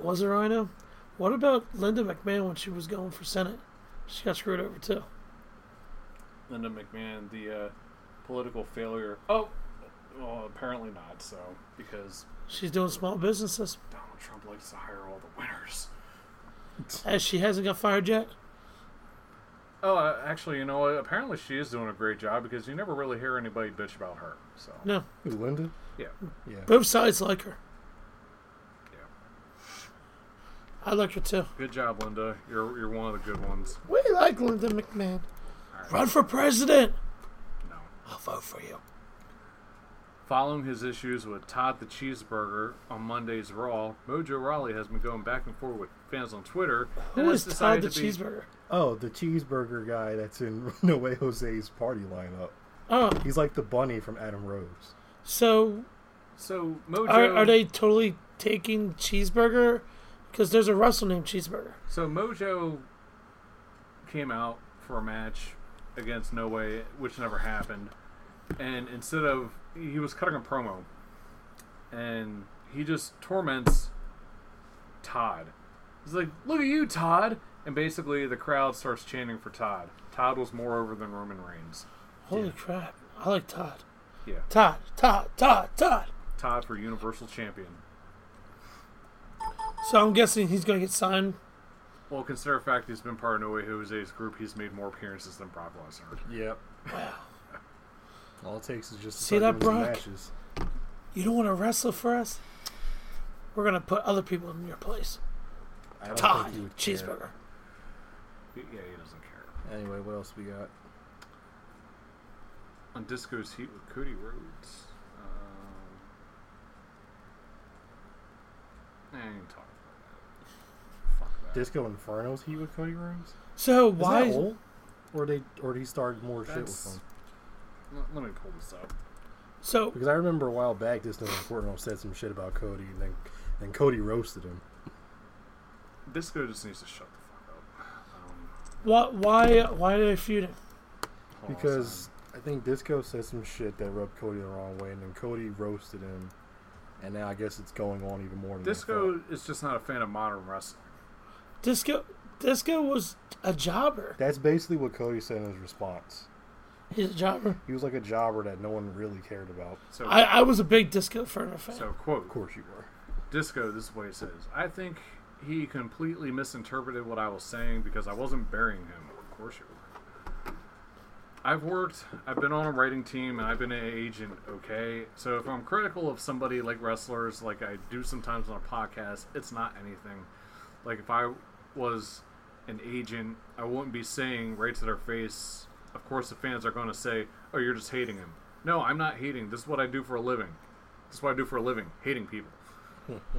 was it Rhino? What about Linda McMahon when she was going for Senate? She got screwed over too.
Linda McMahon, the uh, political failure. Oh, well, apparently not, so. Because
She's doing small businesses.
Donald Trump likes to hire all the winners.
As she hasn't got fired yet.
Oh, uh, actually, you know what? Apparently she is doing a great job because you never really hear anybody bitch about her. So,
No.
Linda?
yeah.
Both sides like her.
yeah.
I like her too.
Good job, Linda. You're, you're one of the good ones.
We like Linda McMahon. Run for president.
No.
I'll vote for you.
Following his issues with Todd the Cheeseburger on Monday's Raw, Mojo Rawley has been going back and forth with fans on Twitter. and
Who
has
is Todd
decided
the
to be-
Cheeseburger?
Oh, the cheeseburger guy that's in [laughs] No Way Jose's party lineup.
Oh,
He's like the bunny from Adam Rose.
so
So Mojo,
are, are they totally taking Cheeseburger? Because there's a wrestler named Cheeseburger.
So Mojo came out for a match against No Way, which never happened. And instead of he was cutting a promo, and he just torments Todd. He's like, "Look at you, Todd!" And basically, the crowd starts chanting for Todd. Todd was more over than Roman Reigns.
Holy crap! I like Todd.
Yeah,
Todd. Todd. Todd. Todd.
Todd for Universal Champion.
So I'm guessing he's gonna get signed.
Well, consider the fact he's been part of No Way Jose's group, he's made more appearances than Brock Lesnar.
Yep. Wow. All it takes is just to
See
start
that,
doing some
Brock?
matches.
You don't want to wrestle for us. We're gonna put other people in your place.
I don't
Todd
think he would care.
Cheeseburger.
Yeah, he doesn't care.
Anyway, what else we got?
on Disco's Heat with Cody Rhodes. Um, I ain't talking about that. Fuck that.
Disco Inferno's he with Cody Rhodes?
So
Is
why?
that old? Or they or he started more shit with
That's-
them?
Let, let me pull this up.
So
Because I remember a while back Disco Inferno said some shit about Cody and then then Cody roasted him.
Disco just needs to shut the fuck up. Um,
why? Why? Why are they feuding?
hold on a
Because
second.
I think Disco said some shit that rubbed Cody the wrong way and then Cody roasted him and now I guess it's going on even more than I thought.
Disco is just not a fan of modern wrestling.
Disco. Disco was a jobber.
That's basically what Cody said in his response.
He's a jobber.
He was like a jobber that no one really cared about.
So,
I, I was a big Disco Inferno fan.
so quote.
Of course you were.
Disco, this is what he says. I think he completely misinterpreted what I was saying because I wasn't burying him. Of course you were. I've worked, I've been on a writing team, and I've been an agent, okay? So if I'm critical of somebody like wrestlers, like I do sometimes on a podcast, it's not anything. Like if I was an agent, I wouldn't be saying right to their face, of course the fans are going to say, oh, you're just hating him. No, I'm not hating. This is what I do for a living. This is what I do for a living, hating people.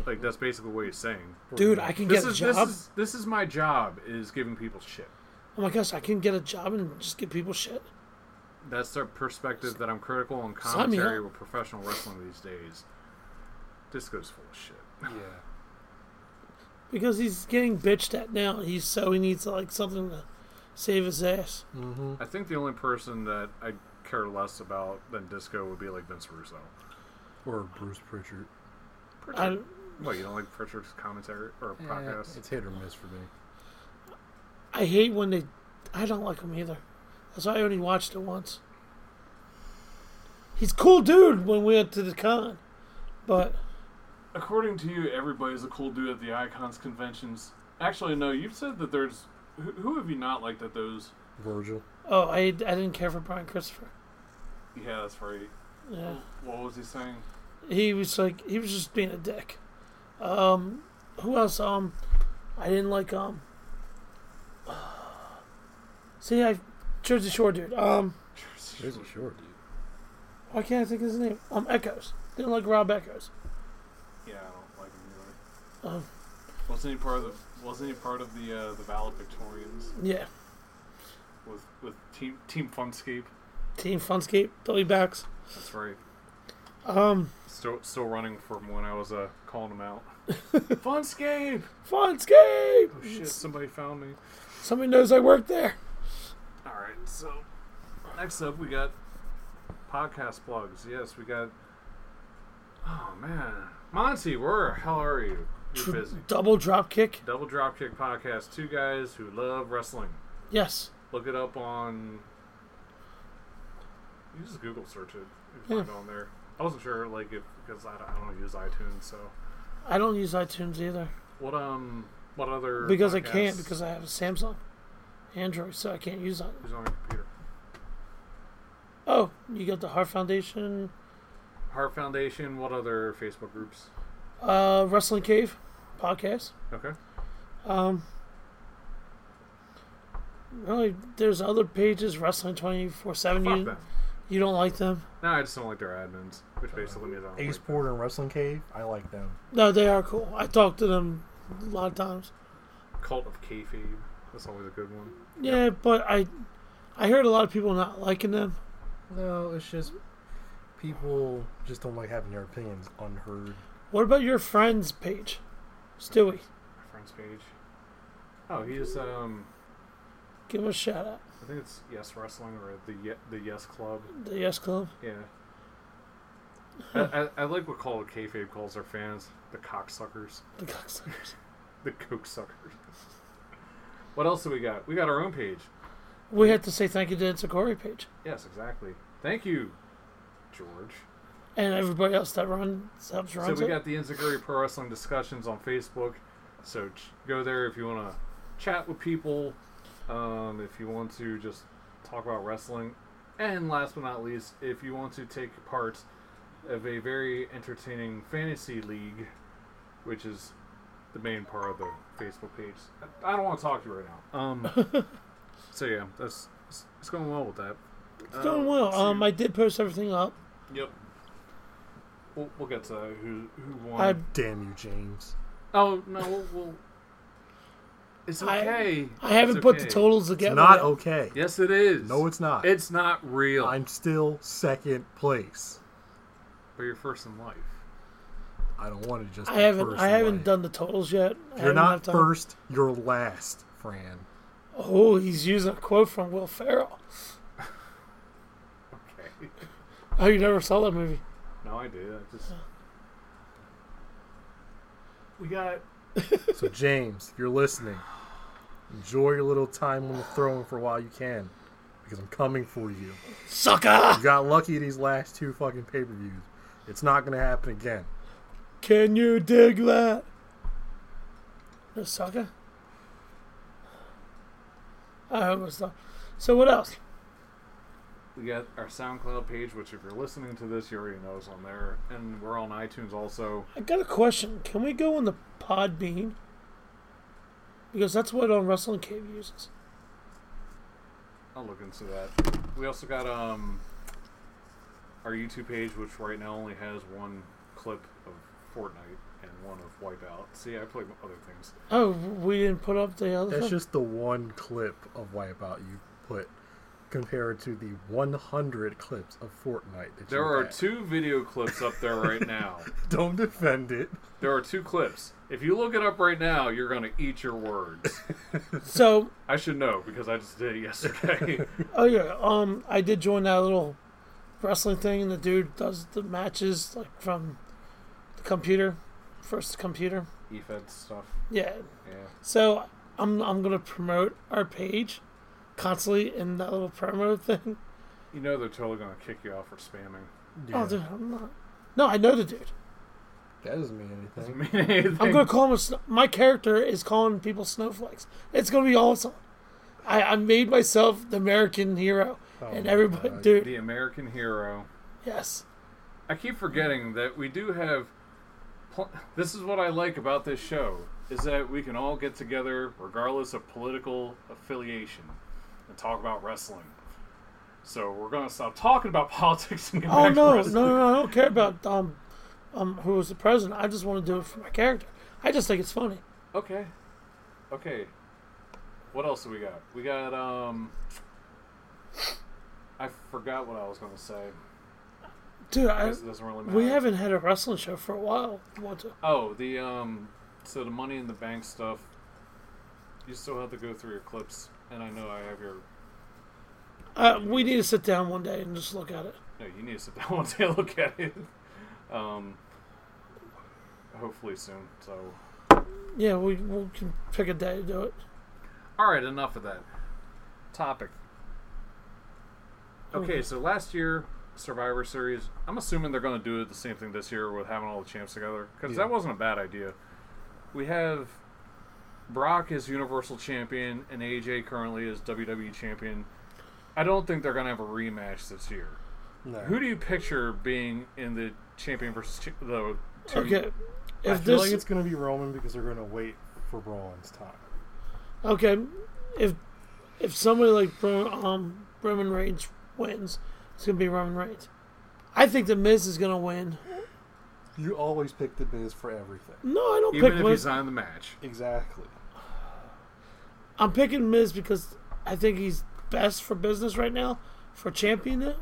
Like that's basically what he's saying.
Dude, I can
This
get a
is, this
job.
is this is my job is giving people shit.
Oh my gosh, I can get a job and just give people shit.
That's their perspective that I'm critical on
Sign me
commentary
up.
with professional wrestling these days. Disco's full of shit.
Yeah.
Because he's getting bitched at now. He's so he needs like something to save his ass.
I think the only person that I care less about than Disco would be like Vince Russo.
Or Bruce Pritchard.
I,
What you don't like Pritchard's commentary or podcast?
It's hit or miss for me.
I hate when they. I don't like him either. That's why I only watched it once. He's a cool dude when we went to the con, but
According to you, everybody's a cool dude at the Icons conventions. Actually, no. You've said that there's. Who, who have you not liked at those?
Virgil.
oh, I I didn't care for Brian Christopher.
Yeah, that's right.
Yeah.
What was he saying?
he was like he was just being a dick. Um, who else? Um, I didn't like um. [sighs] See, I Jersey Shore dude. Um,
There's a short dude.
why can't I think of his name? Um, Echoes. Didn't like Rob Echoes.
Yeah, I don't like him either. Wasn't he part of the? Wasn't he part of the uh, the valedictorians
Yeah,
with with team team Funscape?
Team Funscape, Billy Backs.
That's right.
Um,
Still still running from when I was uh, calling him out. Funscape.
Funscape.
Oh shit! Somebody found me.
Somebody knows I work there.
All right, so next up we got podcast plugs. Yes, we got. Oh man, Monty, where the hell are you? You're busy.
Double drop kick.
Double Dropkick Podcast. Two guys who love wrestling.
Yes.
Look it up on. You just Google search it. You can find it on there. I wasn't sure, like, if because I don't, I don't use iTunes. So
I don't use iTunes either
what um what other
because I
podcasts
can't because I have a Samsung, Android, so I can't use it.
is on your computer?
Oh, you got the Heart Foundation,
Heart Foundation. What other Facebook groups?
uh, Wrestling Cave podcast.
Okay.
Um, really, there's other pages Wrestling Twenty Four Seven.
Fuck
You
them.
you don't like them?
No, I just don't like their admins,
Uh,
which basically means I don't
Ace
like
Porter and Wrestling Cave. I like them.
No, they are cool. I talked to them a lot of times.
Cult of Kayfabe. That's always a good one.
Yeah, but I I heard a lot of people not liking them.
No, it's just people just don't like having their opinions unheard.
What about your friends page, Stewie?
My friend's page. Oh, he's um,
Give him a shout out.
I think it's Yes Wrestling or the Ye- the Yes Club.
The Yes Club.
Yeah. I, I, I like what Call of Kayfabe calls their fans the cocksuckers,
The cocksuckers.
the coke suckers. what else do we got? We got our own page.
We had to say thank you to the Corey page
Yes, exactly. Thank you, George.
and everybody else that runs helps
So
runs
we
it.
got the Inzaguri Pro Wrestling discussions on Facebook. So ch- go there if you want to chat with people, um, if you want to just talk about wrestling, and last but not least, if you want to take part of a very entertaining fantasy league, which is the main part of the Facebook page. I- I don't want to talk to you right now. Um, so yeah, that's it's- it's going well with that.
It's doing well. Um, I did post everything up.
Yep. We'll, we'll get to who who won.
I
Damn you, James.
Oh no, we'll. we'll... It's
I-
okay.
I haven't
It's
put the
okay.
totals together.
Not
yet.
okay.
Yes, it is.
No, it's not.
It's not real.
I'm still second place.
But you're first in life.
I don't want to just.
I
be
haven't.
first
I
in
haven't
life.
done the totals yet. I
You're
haven't
not
had time.
first. You're last, Fran.
Oh, he's using a quote from Will Ferrell.
Okay.
Oh, you never saw that movie?
[laughs] No, I did. I just. We got.
[laughs]
So James, if you're listening, enjoy your little time on the throne for a while you can, because I'm coming for you.
Sucker!
You got lucky these last two fucking pay per views. It's not gonna happen again.
Can you dig that? No sucker. I almost thought. So what else?
We got our SoundCloud page, which if you're listening to this, you already know is on there, and we're on iTunes also.
I got a question. Can we go on the Podbean? Because that's what on Wrestling Cave uses.
I'll look into that. We also got um our YouTube page, which right now only has one clip of Fortnite and one of Wipeout. See, I play other things.
Oh, we didn't put up the other.
That's
thing?
just the one clip of Wipeout you put compared to the 100 clips of Fortnite. That
There
you
are
had.
two video clips up there right
[laughs]
now.
Don't defend it.
There are two clips. If you look it up right now, you're gonna eat your words.
so
I should know because I just did it
[laughs]
yesterday.
Oh yeah, um, I did join that little wrestling thing, and the dude does the matches like from the computer, first computer.
E-Fed stuff.
Yeah.
Yeah.
So I'm I'm gonna promote our page constantly in that little promo [laughs] thing.
You know they're totally gonna kick you out for spamming.
Oh, dude, I'm not. No, I know the dude.
That doesn't mean anything.
I'm
[laughs]
gonna call him a. Sno- my character is calling people snowflakes. It's gonna be awesome. I, I made myself the American hero, and
Oh my
everybody,
God.
dude,
the American hero.
yes,
I keep forgetting that we do have pl- this is what I like about this show is that we can all get together regardless of political affiliation and talk about wrestling. So we're gonna stop talking about [laughs] politics and get
Oh
back
no,
to
no,
wrestling.
no, no! I don't care about um, um, who was the president. I just want to do it for my character. I just think it's funny.
Okay, okay. What else do we got? We got um. I forgot what I was gonna say.
Dude,
I
I,
guess it doesn't really matter.
we haven't had a wrestling show for a while. Want to?
Oh, the um, so the money in the bank stuff. You still have to go through your clips, and I know I have your.
Uh, we need to sit down one day and just look at it.
No, you need to sit [laughs] down one day and look at it. Um, hopefully soon. So.
Yeah, we we can pick a day to do it.
All right, enough of that. Topic. Hmm. Okay, so last year Survivor Series. I'm assuming they're going to do the same thing this year with having all the champs together because that wasn't a bad idea. We have Brock is Universal Champion and AJ currently is WWE Champion. I don't think they're going to have a rematch this year.
No.
Who do you picture being in the champion versus cha- the two?
Okay,
I
if
feel
this
like it's going to be Roman because they're going to wait for Braun's time.
okay, if if somebody like Bro, um Roman Reigns wins, it's gonna be Roman Reigns. I think the Miz is gonna win.
You always pick the Miz for everything.
No, I don't
Even
pick
if
Miz.
he's not in the match,
Exactly.
I'm picking Miz because I think he's best for business right now for championship.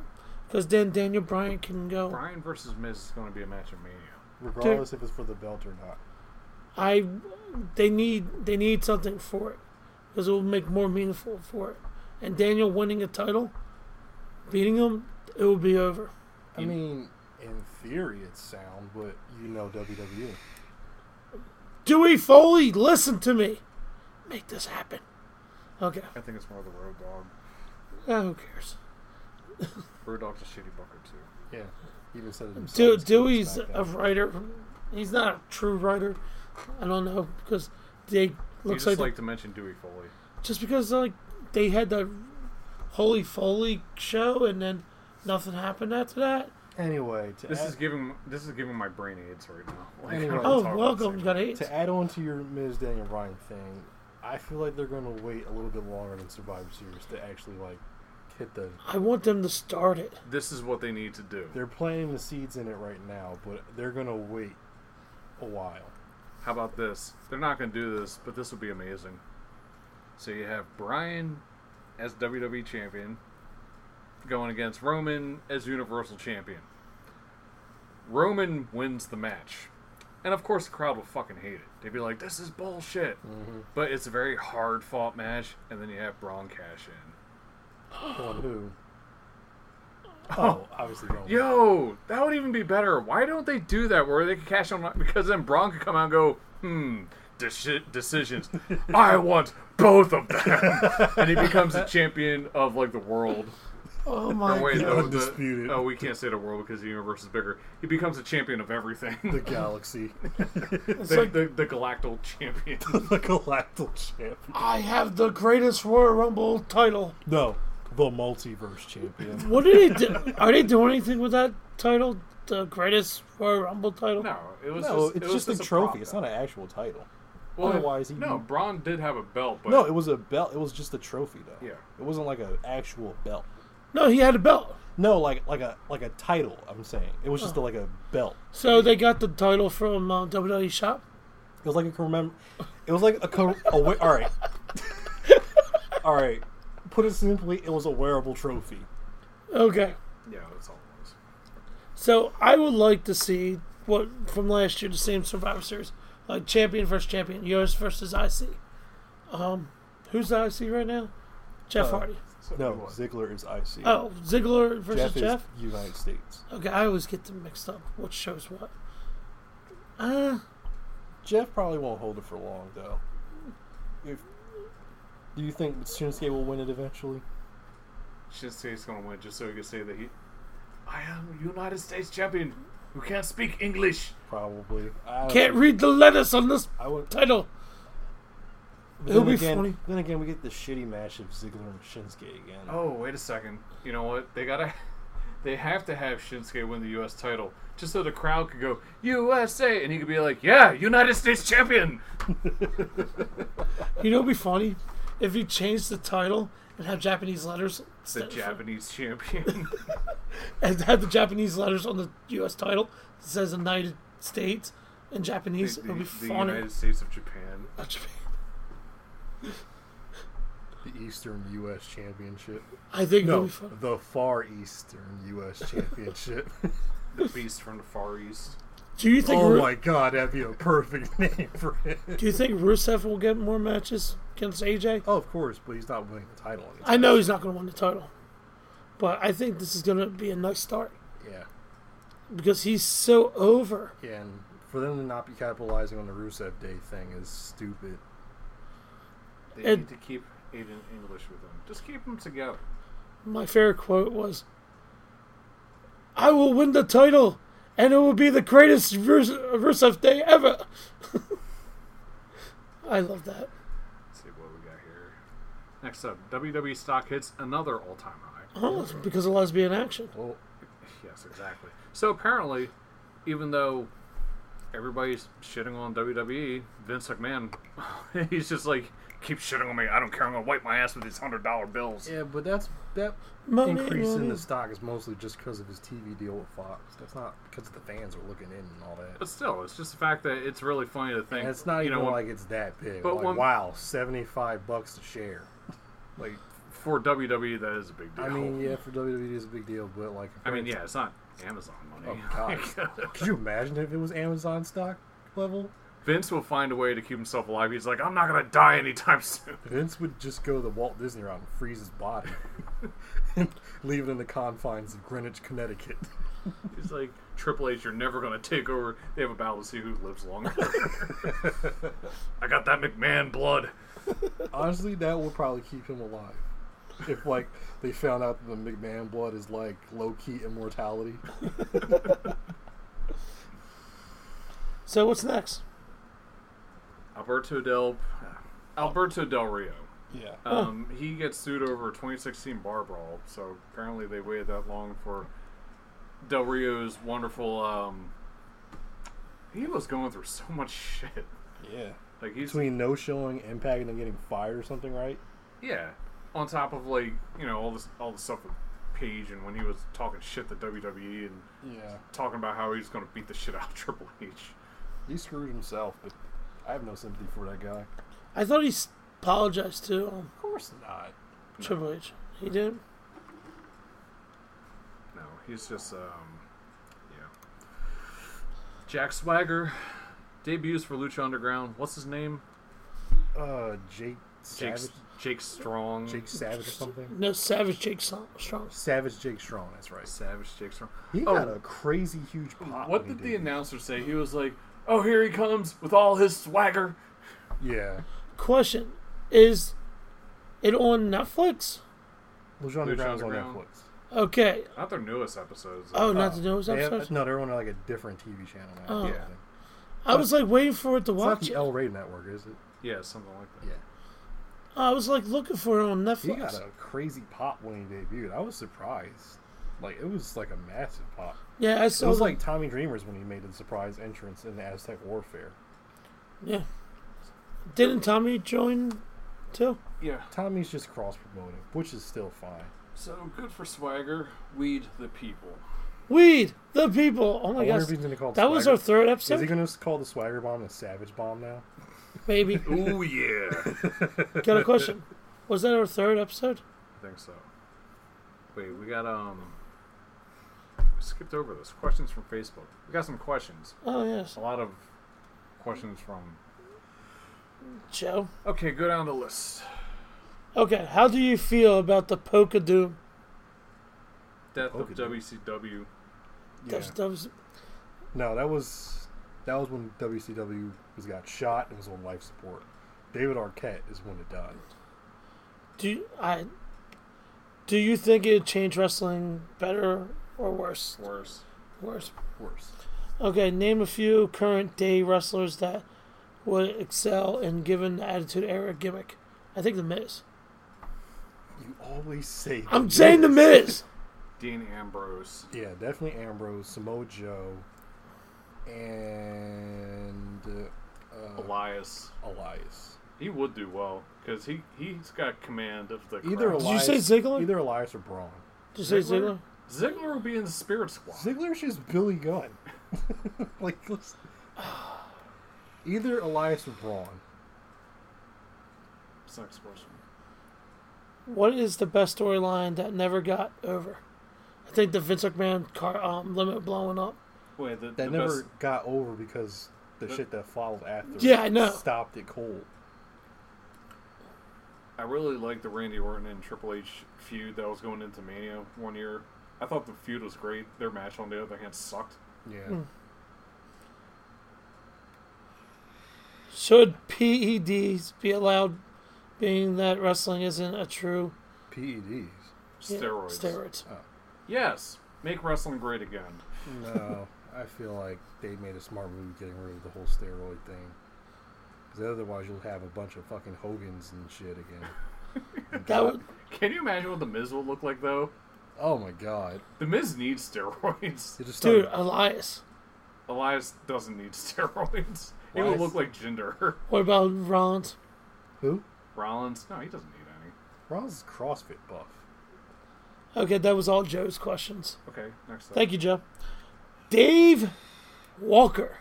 Because then Daniel Bryan can go.
Brian versus Miz is going to be a match of Mania.
Regardless if it's for the belt or not.
I, they need they need something for it because it will make more meaningful for it. And Daniel winning a title, beating him, it will be over.
I mean, in theory it's sound, but you know E. WWE.
Dewey Foley, listen to me. Make this happen. Okay.
I think it's more of the Road Dog.
Ah, who cares?
Road Dog's a shitty booker too.
Yeah. Even said it himself.
Dew-
It's still
Dewey's
SmackDown.
a writer. He's not a true writer. I don't know because they
You
looks
just
like,
like, to mention Dewey Foley.
just because like they had the Holy Foley show and then nothing happened after that.
Anyway, to,
This
add,
is giving this is giving my brain aids right now. Like, I
Anyway.
don't wanna
Oh,
talk about
welcome,
this
got
anymore.
eight.
to add on to your Miz Daniel Bryan thing, I feel like they're going to wait a little bit longer than Survivor Series to actually like hit the.
I want them to start it.
This is what they need to do.
They're planting the seeds in it right now, but they're going to wait a while.
How about this? They're not going to do this, but this would be amazing. So you have Brian as WWE champion going against Roman as Universal champion. Roman wins the match. And of course, the crowd will fucking hate it. They'd be like, this is bullshit. But it's a very hard fought match, and then you have Braun cash in.
On who? Oh, obviously Roman.
Yo, that would even be better. Why don't they do that where they can cash on because then Braun could come out and go, hmm, deci-
[laughs]
decisions. I want both of them, and he becomes the champion of like the
[laughs]
world.
Oh
Or
my!
wait,
God.
no, the-
Undisputed.
oh, we can't say the world because the universe is bigger. He becomes a champion of everything. [laughs]
The
The
galaxy, [laughs]
It's
the,
like
the, galactal champion. [laughs]
the galactic champion.
I have the greatest Royal Rumble title.
No, the multiverse champion.
What are they do? Are they doing anything with that title? The greatest Royal Rumble title?
No, it was
No,
just,
it's
it was
just a
prop
trophy. It's not an actual title.
Well,
otherwise he-
no. Braun did have a belt, but
No, it was a belt. It was just a trophy, though.
Yeah.
It wasn't like an actual belt.
No, he had a belt.
No, like like a like a title. I'm saying it was just
Oh.
like a belt.
So they got the title from uh, WWE Shop.
It was like a commem. It was like a, co- a we- all
[laughs]
right, all right. Put it simply, it was a wearable trophy.
Okay.
yeah, that's all it was.
So I would like to see what from last year the same Survivor Series, like champion versus champion, yours versus IC. Um, who's the IC right now? Jeff Hardy.
No, Ziggler is IC.
Oh, Ziggler versus
Jeff,
Jeff.
is United States.
Okay, I always get them mixed up. What shows what? Uh,
Jeff probably won't hold it for long, though. If do you think Shinsuke will win it eventually?
Shinsuke's gonna win just so he can say that he, I am United States champion who can't speak English.
Probably. I
can't read the letters on this
I would.
title.
But
It'll
then
be
again,
funny.
Then again, we get the shitty match of Ziggler and Shinsuke again.
Oh, wait a second. You know what? They gotta, [laughs] they have to have Shinsuke win the U.S. title just so the crowd could go USA, and he could be like, "Yeah, United States champion."
You know, it'd be funny if you changed the title and have Japanese letters
The
instead of-
Japanese champion.
[laughs] and have the Japanese letters on the U.S. title that says United States in Japanese.
the
it'll be
the
funny.
United States of Japan.
Oh, Japan.
The Eastern U.S. Championship.
I think it'll
No,
be funny.
the Far Eastern U.S. [laughs] Championship.
The beast from the Far East.
Do you think?
oh
Ru-
my God, that'd be a perfect [laughs] name for it.
Do you think Rusev will get more matches against AJ?
Oh, of course, but he's not winning the title.
I know he's not going to win the title, but I think this is going to be a nice start
Yeah,
because he's so over.
yeah, and for them to not be capitalizing on the Rusev Day thing is stupid.
They
And-
need to keep Aiden English with them. Just keep them together.
My favorite quote was, "I will win the title, and it will be the greatest Rus- Rusev day ever." [laughs] I love that.
Let's see what we got here. Next up, WWE stock hits another all-time high.
Oh, it's because of lesbian action.
Well,
Yes, exactly. So apparently, even though everybody's shitting on WWE, Vince McMahon, [laughs] he's just like, keep shitting on me. I don't care. I'm gonna wipe my ass with these hundred dollar bills.
yeah, but that's that
Money,
increase in
money.
the stock is mostly just because of his TV deal with Fox. That's not because the fans are looking in and all that.
But still, it's just the fact that it's really funny to think.
And it's not
you
even
know,
like it's that big.
but
like,
when-
wow, seventy-five bucks a share.
like for WWE that is a big deal.
I mean, yeah, for WWE it's a big deal, but like,
I mean, yeah, it's not Amazon money.
Oh, God. Could you imagine if it was Amazon stock level?
[laughs] Vince will find a way to keep himself alive. He's like, I'm not gonna die anytime [laughs] soon.
Vince would just go the Walt Disney route and freeze his body [laughs] and leave it in the confines of Greenwich, Connecticut.
He's like, Triple H, you're never going to take over. They have a battle to see who lives
[laughs]
longer. I got that McMahon blood.
Honestly, that would probably keep him alive. If like they found out that the McMahon blood is like low key immortality.
So what's next?
Alberto Del Alberto Del Rio.
Yeah.
Um, He gets sued over a 2016 bar brawl. So apparently they waited that long for Del Rio's wonderful. Um, he was going through so much shit.
Yeah.
Like he's
Between no showing, impact, and then getting fired or something, right?
Yeah. On top of like you know all this all the stuff with Paige and when he was talking shit to WWE and
Yeah.
talking about how he's going to beat the shit out of [laughs] Triple H.
He screwed himself, but I have no sympathy for that guy.
I thought he s- apologized to um,
Of course not.
Triple H. He did.
No, he's just um, yeah. Jack Swagger debuts for Lucha Underground. What's his name?
Uh, Jake
Jake
Savage.
Jake Strong.
Jake Savage or something.
No Savage Jake Strong. Strong.
Savage Jake Strong. That's right.
Savage Jake Strong.
He
Oh.
got a crazy huge pop.
What
when
did
he
the announcer say? He was like, "Oh, here he comes with all his swagger."
Yeah.
Question: Is it on Netflix?
Lucha Underground's on
Underground.
Netflix.
Okay.
Not their newest episodes.
Oh,
Oh,
not the newest
they have-
episode.
no, they're on like a different TV channel now.
Oh.
I
Yeah.
think.
I was like waiting for it to
It's not
watch.
the
It.
L Ray network, is it?
yeah, something like that.
Yeah.
I was like looking for it on
He got
Netflix.
a crazy pop when he debuted. I was surprised. Like it was like a massive pop.
Yeah, I
It
saw.
was
the-
like Tommy Dreamer's when he made the surprise entrance in the Aztec Warfare.
yeah. Didn't Tommy join too?
Yeah.
Tommy's just cross promoting, which is still fine.
So good for Swagger. Weed the people.
Weed the people. Oh my
I wonder
gosh,
if he's gonna call it
that was
swagger.
our third
Is he
episode.
gonna call the Swagger Bomb the Savage Bomb now? [laughs]
Maybe.
Oh [laughs] yeah.
Got a question? Was that our third episode?
I think so. Wait, we got um we skipped over this. Questions from Facebook. We got some questions.
Oh yes,
A lot of questions from
Joe.
Okay, go down the list.
Okay, how do you feel about the Polka Doom?
Death
Okay,
of
dude.
WCW.
That's- that was-
No, that was that was when WCW was got shot and was on life support. David Arquette is when it died.
do you, I? Do you think it changed wrestling better or worse?
Worse.
Worse.
Worse.
Okay, name a few current day wrestlers that would excel in given the Attitude Era gimmick. I think the Miz.
You always say.
I'm saying the Miz.
Dean Ambrose.
Yeah, definitely Ambrose, Samoa Joe, and uh,
Elias.
Elias.
He would do well because he he's got command of the.
Either
crowd.
you
Elias,
say Ziggler?
Either Elias or Braun.
Did you say Ziggler?
Ziggler would be in the Spirit Squad.
Ziggler's just Billy Gunn. [laughs] like, let's- [sighs] either Elias or Braun.
That's the next question.
What is the best storyline that never got over? I think the Vince McMahon car um, limit blowing up.
Wait, the,
That
the
never
best-
got over because the, shit that followed after.
Yeah, I
it
know.
Stopped it cold.
I really liked the Randy Orton and Triple H feud that was going into Mania one year. I thought the feud was great. Their match on the other hand sucked.
Yeah.
Hmm. Should PEDs be allowed, being that wrestling isn't a true
PEDs.
Steroids.
steroids?
Yes, make wrestling great again.
No, I feel like they made a smart move getting rid of the whole steroid thing. Because otherwise, you'll have a bunch of fucking Hogans and shit again.
That would
Can you imagine what the Miz will look like though?
Oh my god.
The Miz needs [laughs] steroids.
They just
dude
started-
Elias.
Elias doesn't need [laughs] steroids. He will
Elias-
look like Jinder. [laughs]
What about Rollins? uh,
Who?
Rollins? No, he doesn't need any.
Rollins is CrossFit buff.
Okay, that was all Joe's questions.
Okay, next up.
Thank you, Joe. Dave Walker.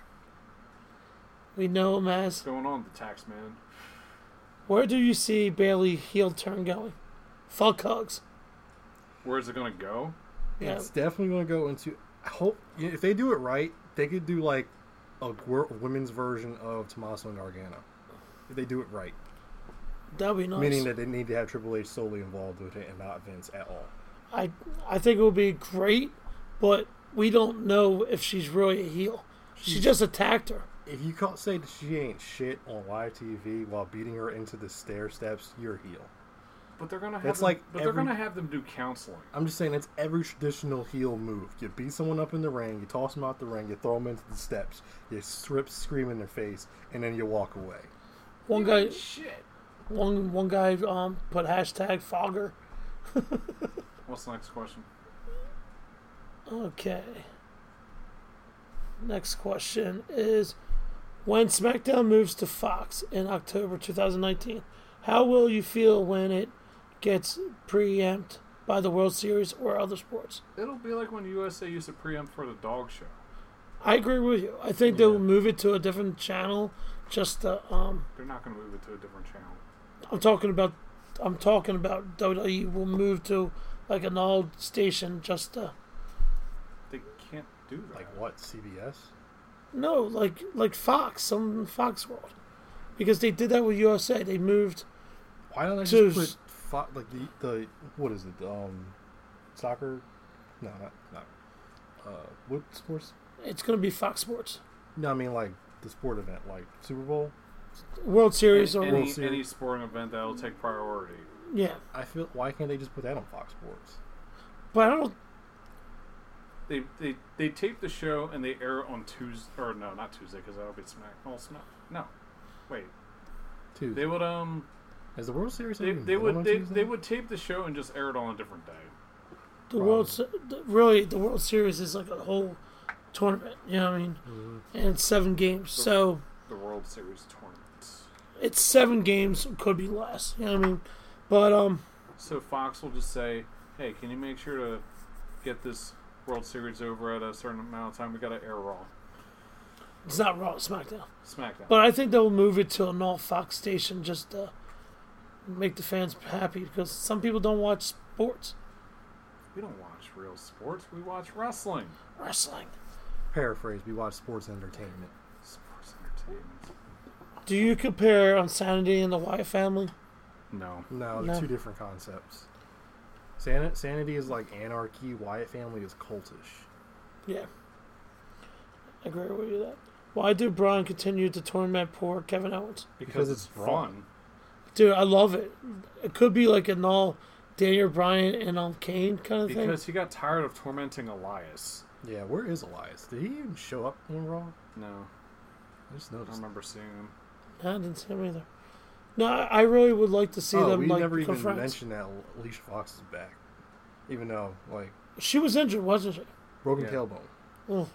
We know him as.
What's going on, the tax man?
Where do you see Bailey heel turn going? Fuck hugs.
Where is it gonna go?
Yeah.
It's definitely going to go into. I hope you know, if they do it right, they could do like a wor- women's version of Tommaso and Gargano. If they do it right,
That'd be nice.
meaning that they need to have Triple H solely involved with it and not Vince at all.
I I think it would be great, but we don't know if she's really a heel. She just attacked her.
If you can't say that she ain't shit on live TV while beating her into the stair steps, you're a heel.
But they're gonna have
That's
them,
like
but they're
every-
gonna have them do counseling.
I'm just saying that's every traditional heel move. You beat someone up in the ring, you toss them out the ring, you throw them into the steps, you strip scream in their face, and then you walk away.
One guy,
Shit.
one one guy, um, put hashtag Fogger.
What's the next question?
Okay. Next question is, when SmackDown moves to Fox in October 2019, how will you feel when it gets preempt by the World Series or other sports?
It'll be like when USA used to preempt for the dog show.
I agree with you. I think they'll move it to a different channel. Just to, um,
They're not gonna move it to a different channel.
I'm talking about, I'm talking about WWE will move to like an old station. Just uh, to,
They can't do that.
Like what? CBS?
no, like like Fox, some Fox World, because they did that with USA. They moved.
Why don't I
So
just
s-
put fo- like the, the what is it? Um, soccer? No, not not. Uh, what sports?
It's gonna be Fox Sports
No, I mean like the sport event, like Super Bowl.
World Series or
any,
World
any
Series.
sporting event that'll take priority.
yeah.
I feel why can't they just put that on Fox Sports?
But I don't.
They, they they tape the show and they air on Tuesday or no not Tuesday because that'll be Smack. Oh Smack no, wait
Too.
they would um
Hmm, Is the World Series?
they,
even
they
been on
would they,
Tuesday?
they would tape the show and just air it on a different day.
The World Se- the- really the World Series is like a whole tournament. You know what I mean? And it's seven games, so
The World Series tournaments.
it's seven games. Could be less. You know what I mean? But um.
So Fox will just say, "Hey, can you make sure to get this World Series over at a certain amount of time? We got to air Raw,
It's not Raw, it's SmackDown.
SmackDown."
But I think they'll move it to an all Fox station just to make the fans happy because some people don't watch sports
we don't watch real sports. We watch wrestling.
wrestling.
paraphrase. We watch sports entertainment.
Sports entertainment.
Do you compare Insanity and the Wyatt family?
No.
No, they're
No.
two different concepts. San- sanity is like anarchy. Wyatt family is cultish.
Yeah. I agree with you that. Why do Braun continue to torment poor Kevin Owens?
because,
it's
it's fun.
Dude, I love it. It could be like an all Daniel Bryan and all Kane kind of
Because he got tired of tormenting Elias.
Yeah, where is Elias? Did he even show up on Raw?
No,
I just
I
noticed.
remember seeing him.
thing. I didn't see him either. No, I I really would like to see
oh,
them
we
like
never even
confront.
mentioned that Alicia Fox is back, even though like
She was injured, wasn't she?
Broken
Yeah.
tailbone.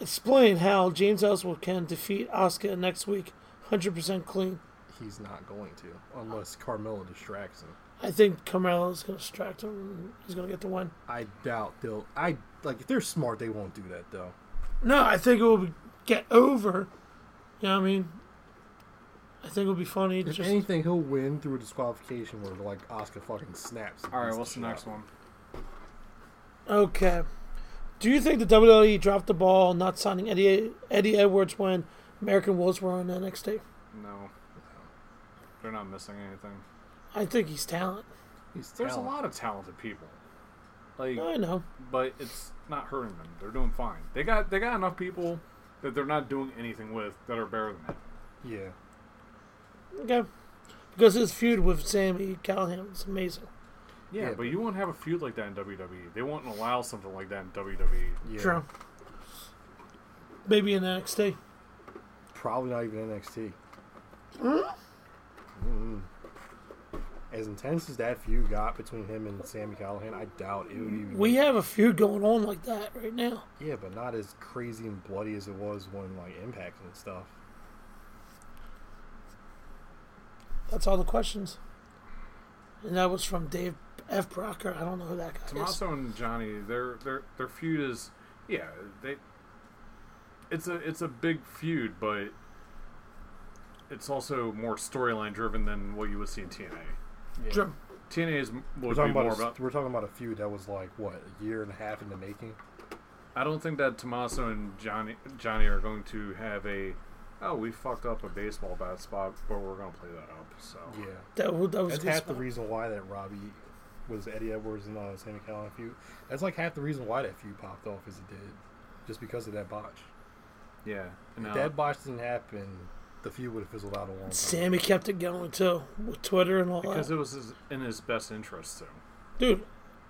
Explain how James Ellsworth can defeat Asuka next week 100% clean.
He's not going to unless Carmella distracts him.
I think Carmelo's going to distract him. and He's going to get the win.
I doubt they'll. I like if they're smart, they won't do that though.
No, I think it will be, get over. You know what I mean? I think it'll be funny.
If
Just,
anything, he'll win through a disqualification where like Oscar fucking snaps. and
All right,
beats
what's the
shit
next
out of him.
one?
okay. Do you think the WWE dropped the ball not signing Eddie, Eddie Edwards when American Wolves were on NXT?
No, they're not missing anything.
I think he's talent.
He's
There's a
talented.
lot of talented people. Like,
I know.
but it's not hurting them. They're doing fine. They got they got enough people that they're not doing anything with that are better than him.
Yeah.
Okay. Because his feud with Sammy Callahan was amazing.
Yeah,
Yeah.
but you won't have a feud like that in WWE. They won't allow something like that in E. WWE.
Yeah.
True. Maybe in NXT.
Probably not even NXT.
Hmm?
Mm. As intense as that feud got between him and Sammy Callahan, I doubt it would even.
We have a feud going on like that right now.
yeah, but not as crazy and bloody as it was when like Impact and stuff.
That's all the questions. And that was from Dave F. Brocker. I don't know who that guy is.
Tommaso and Johnny, their their their feud is, yeah, they. It's a it's a big feud, but it's also more storyline driven than what you would see in TNA.
Drum.
TNA is m-
We're
would be
talking,
more
about a,
about.
we're talking about a feud that was like what a year and a half in the making.
I don't think that Tommaso and Johnny Johnny are going to have a. Oh, we fucked up a baseball bat spot, but we're gonna play that up. So
Yeah,
That, w- that was a
that's
good
half
spot.
the reason why that Robbie was Eddie Edwards and uh, Sammy Callahan feud. That's like half the reason why that feud popped off as it did, just because of that botch.
yeah, and,
If
uh,
that botch didn't happen, the feud would have fizzled out a long time.
Sammy kept it going too with Twitter and all
because
that.
it was his, in his best interest too.
Dude,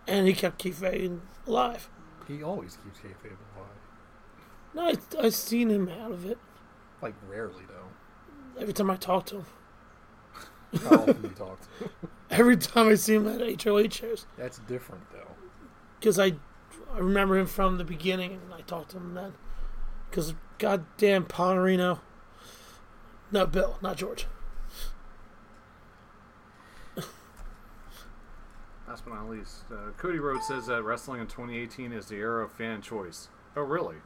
and he kept Keith Fagan alive.
He always keeps kayfabe alive.
No, I, I seen him out of it
Like rarely though.
every time I talk to him. [laughs]
How often you [laughs] talk to him.
Every time I see him at HOH shows.
That's different though. [laughs]
because I, I remember him from the beginning and I talked to him then. Because goddamn Ponorino. No, Bill, not George.
Last but not least, uh, Cody Rhodes says that wrestling in 2018 is the era of fan choice. Oh, really?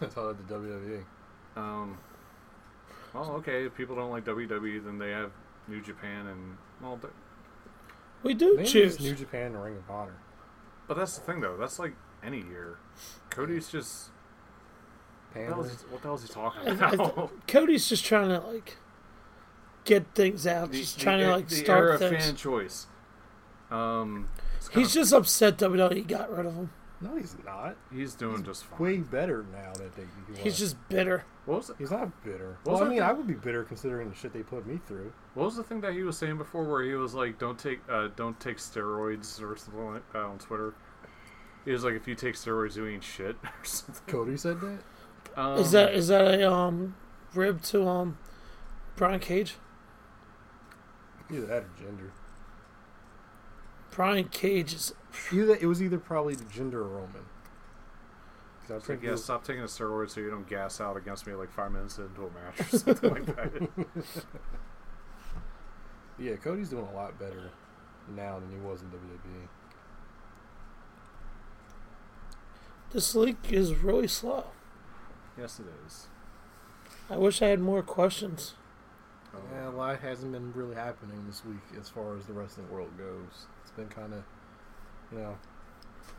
That's how the WWE.
Um, well, okay. If people don't like WWE, then they have New Japan, and well, th-
We do
Maybe it's
choose.
New Japan and Ring of Honor.
but that's the thing, though. That's like any year. Cody's just what the, hell
Pandering.
is, what the hell is he talking
I- I-
about?
Cody's just trying to like get things
[laughs]
out,
The-
just
the
trying
e-
to like
the era
start
of fan
things.
choice. Um, it's kinda-
He's just upset WWE got rid of him.
No, he's not.
he's doing just fine.
Way better now that they. he
He's
was.
just bitter.
What was, the,
He's not bitter.
What was
well, I
that
mean,
thing?
I would be bitter considering the shit they put me through.
what was the thing that he was saying before, where he was like, "Don't take, uh, don't take steroids" or something like that on Twitter. He was like, "If you take steroids, you ain't shit" [laughs] or something.
Cody said that.
Um,
Is that is that a um rib to um Brian Cage?
Either that or gender.
Brian Cage is
Either it was either probably the gender or Roman. 'Cause I
It's like,
think it
yeah,
was-
stop taking the steroids so you don't gas out against me like five minutes into a match or [laughs] something like that.
yeah, Cody's doing a lot better now than he was in E. WWE.
this leak is really slow.
Yes, it is.
I wish I had more questions.
Yeah, a lot hasn't been really happening this week as far as the wrestling world goes. It's been kind of, you know,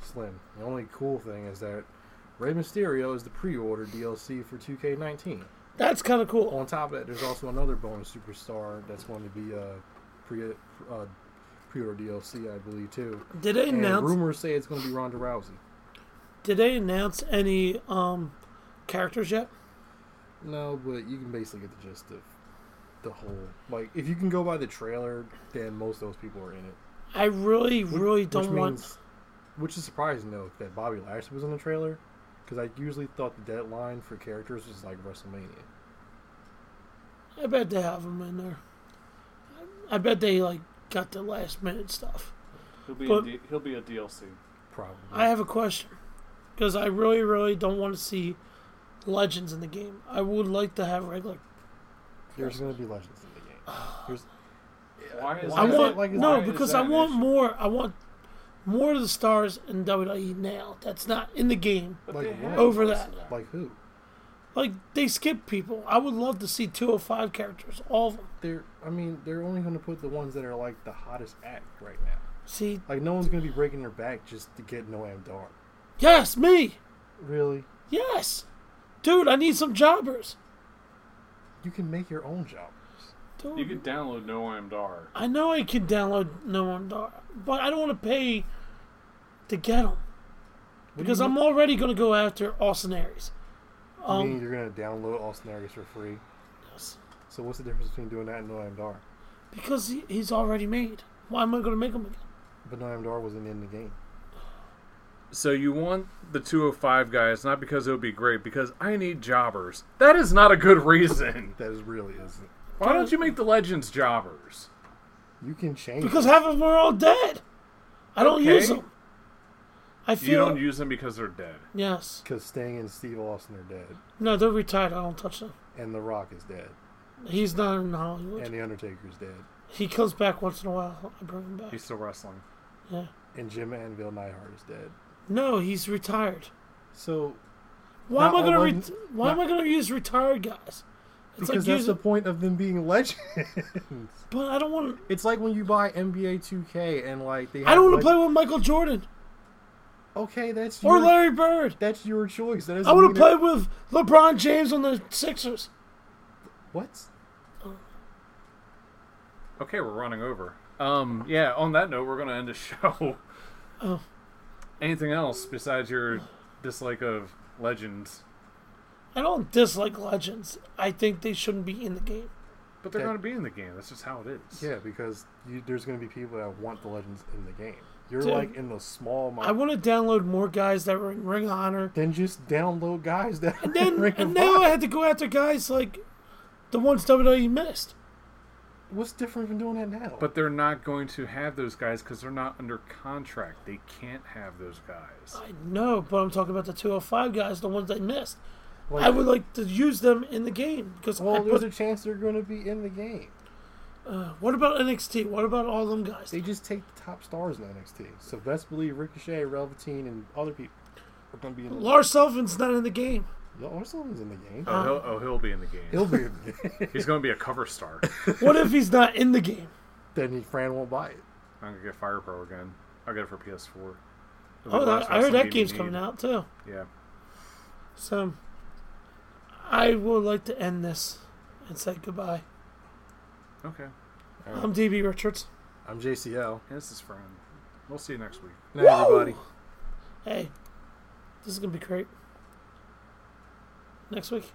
slim. The only cool thing is that Rey Mysterio is the pre-order DLC for 2K19.
That's kind of cool.
On top of that, there's also another bonus superstar that's going to be uh, pre uh, pre-order DLC, I believe, too.
Did they
And
announce?
rumors say it's going to be Ronda Rousey.
Did they announce any um characters yet?
No, but you can basically get the gist of the whole. Like, if you can go by the trailer, then most of those people are in it.
I really, really
which
don't want.
means, which is surprising though that Bobby Lashley was in the trailer, because I usually thought the deadline for characters was like WrestleMania.
I bet they have them in there. I bet they like got the last minute stuff.
He'll be
But-
in D- he'll be a DLC.
Probably.
I have a question because I really, really don't want to see legends in the game. I would like to have regular.
There's going to be legends in the game. There's,
Why is
I
is
that-
want
that like-
no
why is
because
that
I
an
want
issue?
more. I want more of the stars in WWE now. That's not in the game.
But
Like
they
what?
had
Over
most of
that.
like who?
Like they skip people. I would love to see 205 characters, all of them.
They're. I mean, they're only going to put the ones that are like the hottest act right now.
See,
Like no one's going to be breaking their back just to get Noam Dar.
yes, me,
Really?
yes, dude. I need some jobbers.
You can make your own job.
Dude,
You could download No I'm Dar.
I know I can download No One Dar, but I don't want to pay to get them because I'm already going to go after Austin Aries.
I
Um,
mean, you're going to download Austin Aries for free.
yes.
So what's the difference between doing that and Noam Dar?
because he, he's already made. Why am I going to make him again?
But Noam Dar wasn't in the game.
So you want the 205 guys not because it would be great, because I need jobbers. That is not a good reason.
That is really isn't.
Why don't you make the legends jobbers?
You can change.
Because
it.
half of them are all dead. I don't
Okay.
use them. I feel
You don't use them because they're dead.
yes.
Because Sting and Steve Austin are dead,
No, they're retired. I don't touch them.
and The Rock is dead,
He's not in Hollywood.
and The Undertaker is dead,
He comes back once in a while. I bring him back.
He's still wrestling.
Yeah.
and Jim Anvil Neidhart is dead.
No, he's retired.
So
Why am
Not
I
all
going
one-
to re- Why am I going to use retired guys? It's
because
like
that's the
using,
point of them being legends.
but I don't want.
[laughs] it's like when you buy NBA 2K and like they.
I don't want to play with Michael Jordan
Okay, that's
or
your,
Larry Bird.
That's your choice. That is.
I want to play with LeBron James on the Sixers.
What?
Okay, we're running over. Um, yeah. On that note, we're gonna end the [laughs] show.
Oh.
Anything else besides your dislike of legends?
I don't dislike legends. I think they shouldn't be in the game.
But they're
Okay.
gonna be in the game. That's just how it is.
Yeah, because you, there's going to be people that want the legends in the game. You're
Dude.
like in the small.
I
Market.
want to download more guys that were in Ring of Honor.
then just download guys that.
And then
[laughs] Ring of
and now
Honor.
I had to go after guys like the ones WWE missed.
What's different from doing that now?
But they're not going to have those guys because they're not under contract. They can't have those guys.
I know, but I'm talking about the 205 guys, the ones they missed.
Like-
I would like to use them in the game because I
well,
put-
there's a chance they're going to be in the game.
what about NXT? What about all them guys?
They just take the top stars in NXT. So best believe Ricochet, Velveteen, and other people are going to be in the.
Lars Sullivan's not in the game.
Yo, Arsenal's in the game.
Oh, he'll, oh, he'll be in the game.
He'll be in the game. [laughs]
He's gonna be a cover star.
What if he's not in the game?
then he, Fran won't buy it.
I'm gonna get Fire Pro again. I'll get it for PS4. It'll be
Oh,
the
I,
last
I heard
wrestling
that
game
game's
you
coming
need.
out too.
Yeah.
So I would like to end this and say goodbye.
Okay.
I'm DB Richards.
I'm JCL.
This is Fran. We'll see you next week.
Night, everybody.
Hey, this is gonna be great. Next week.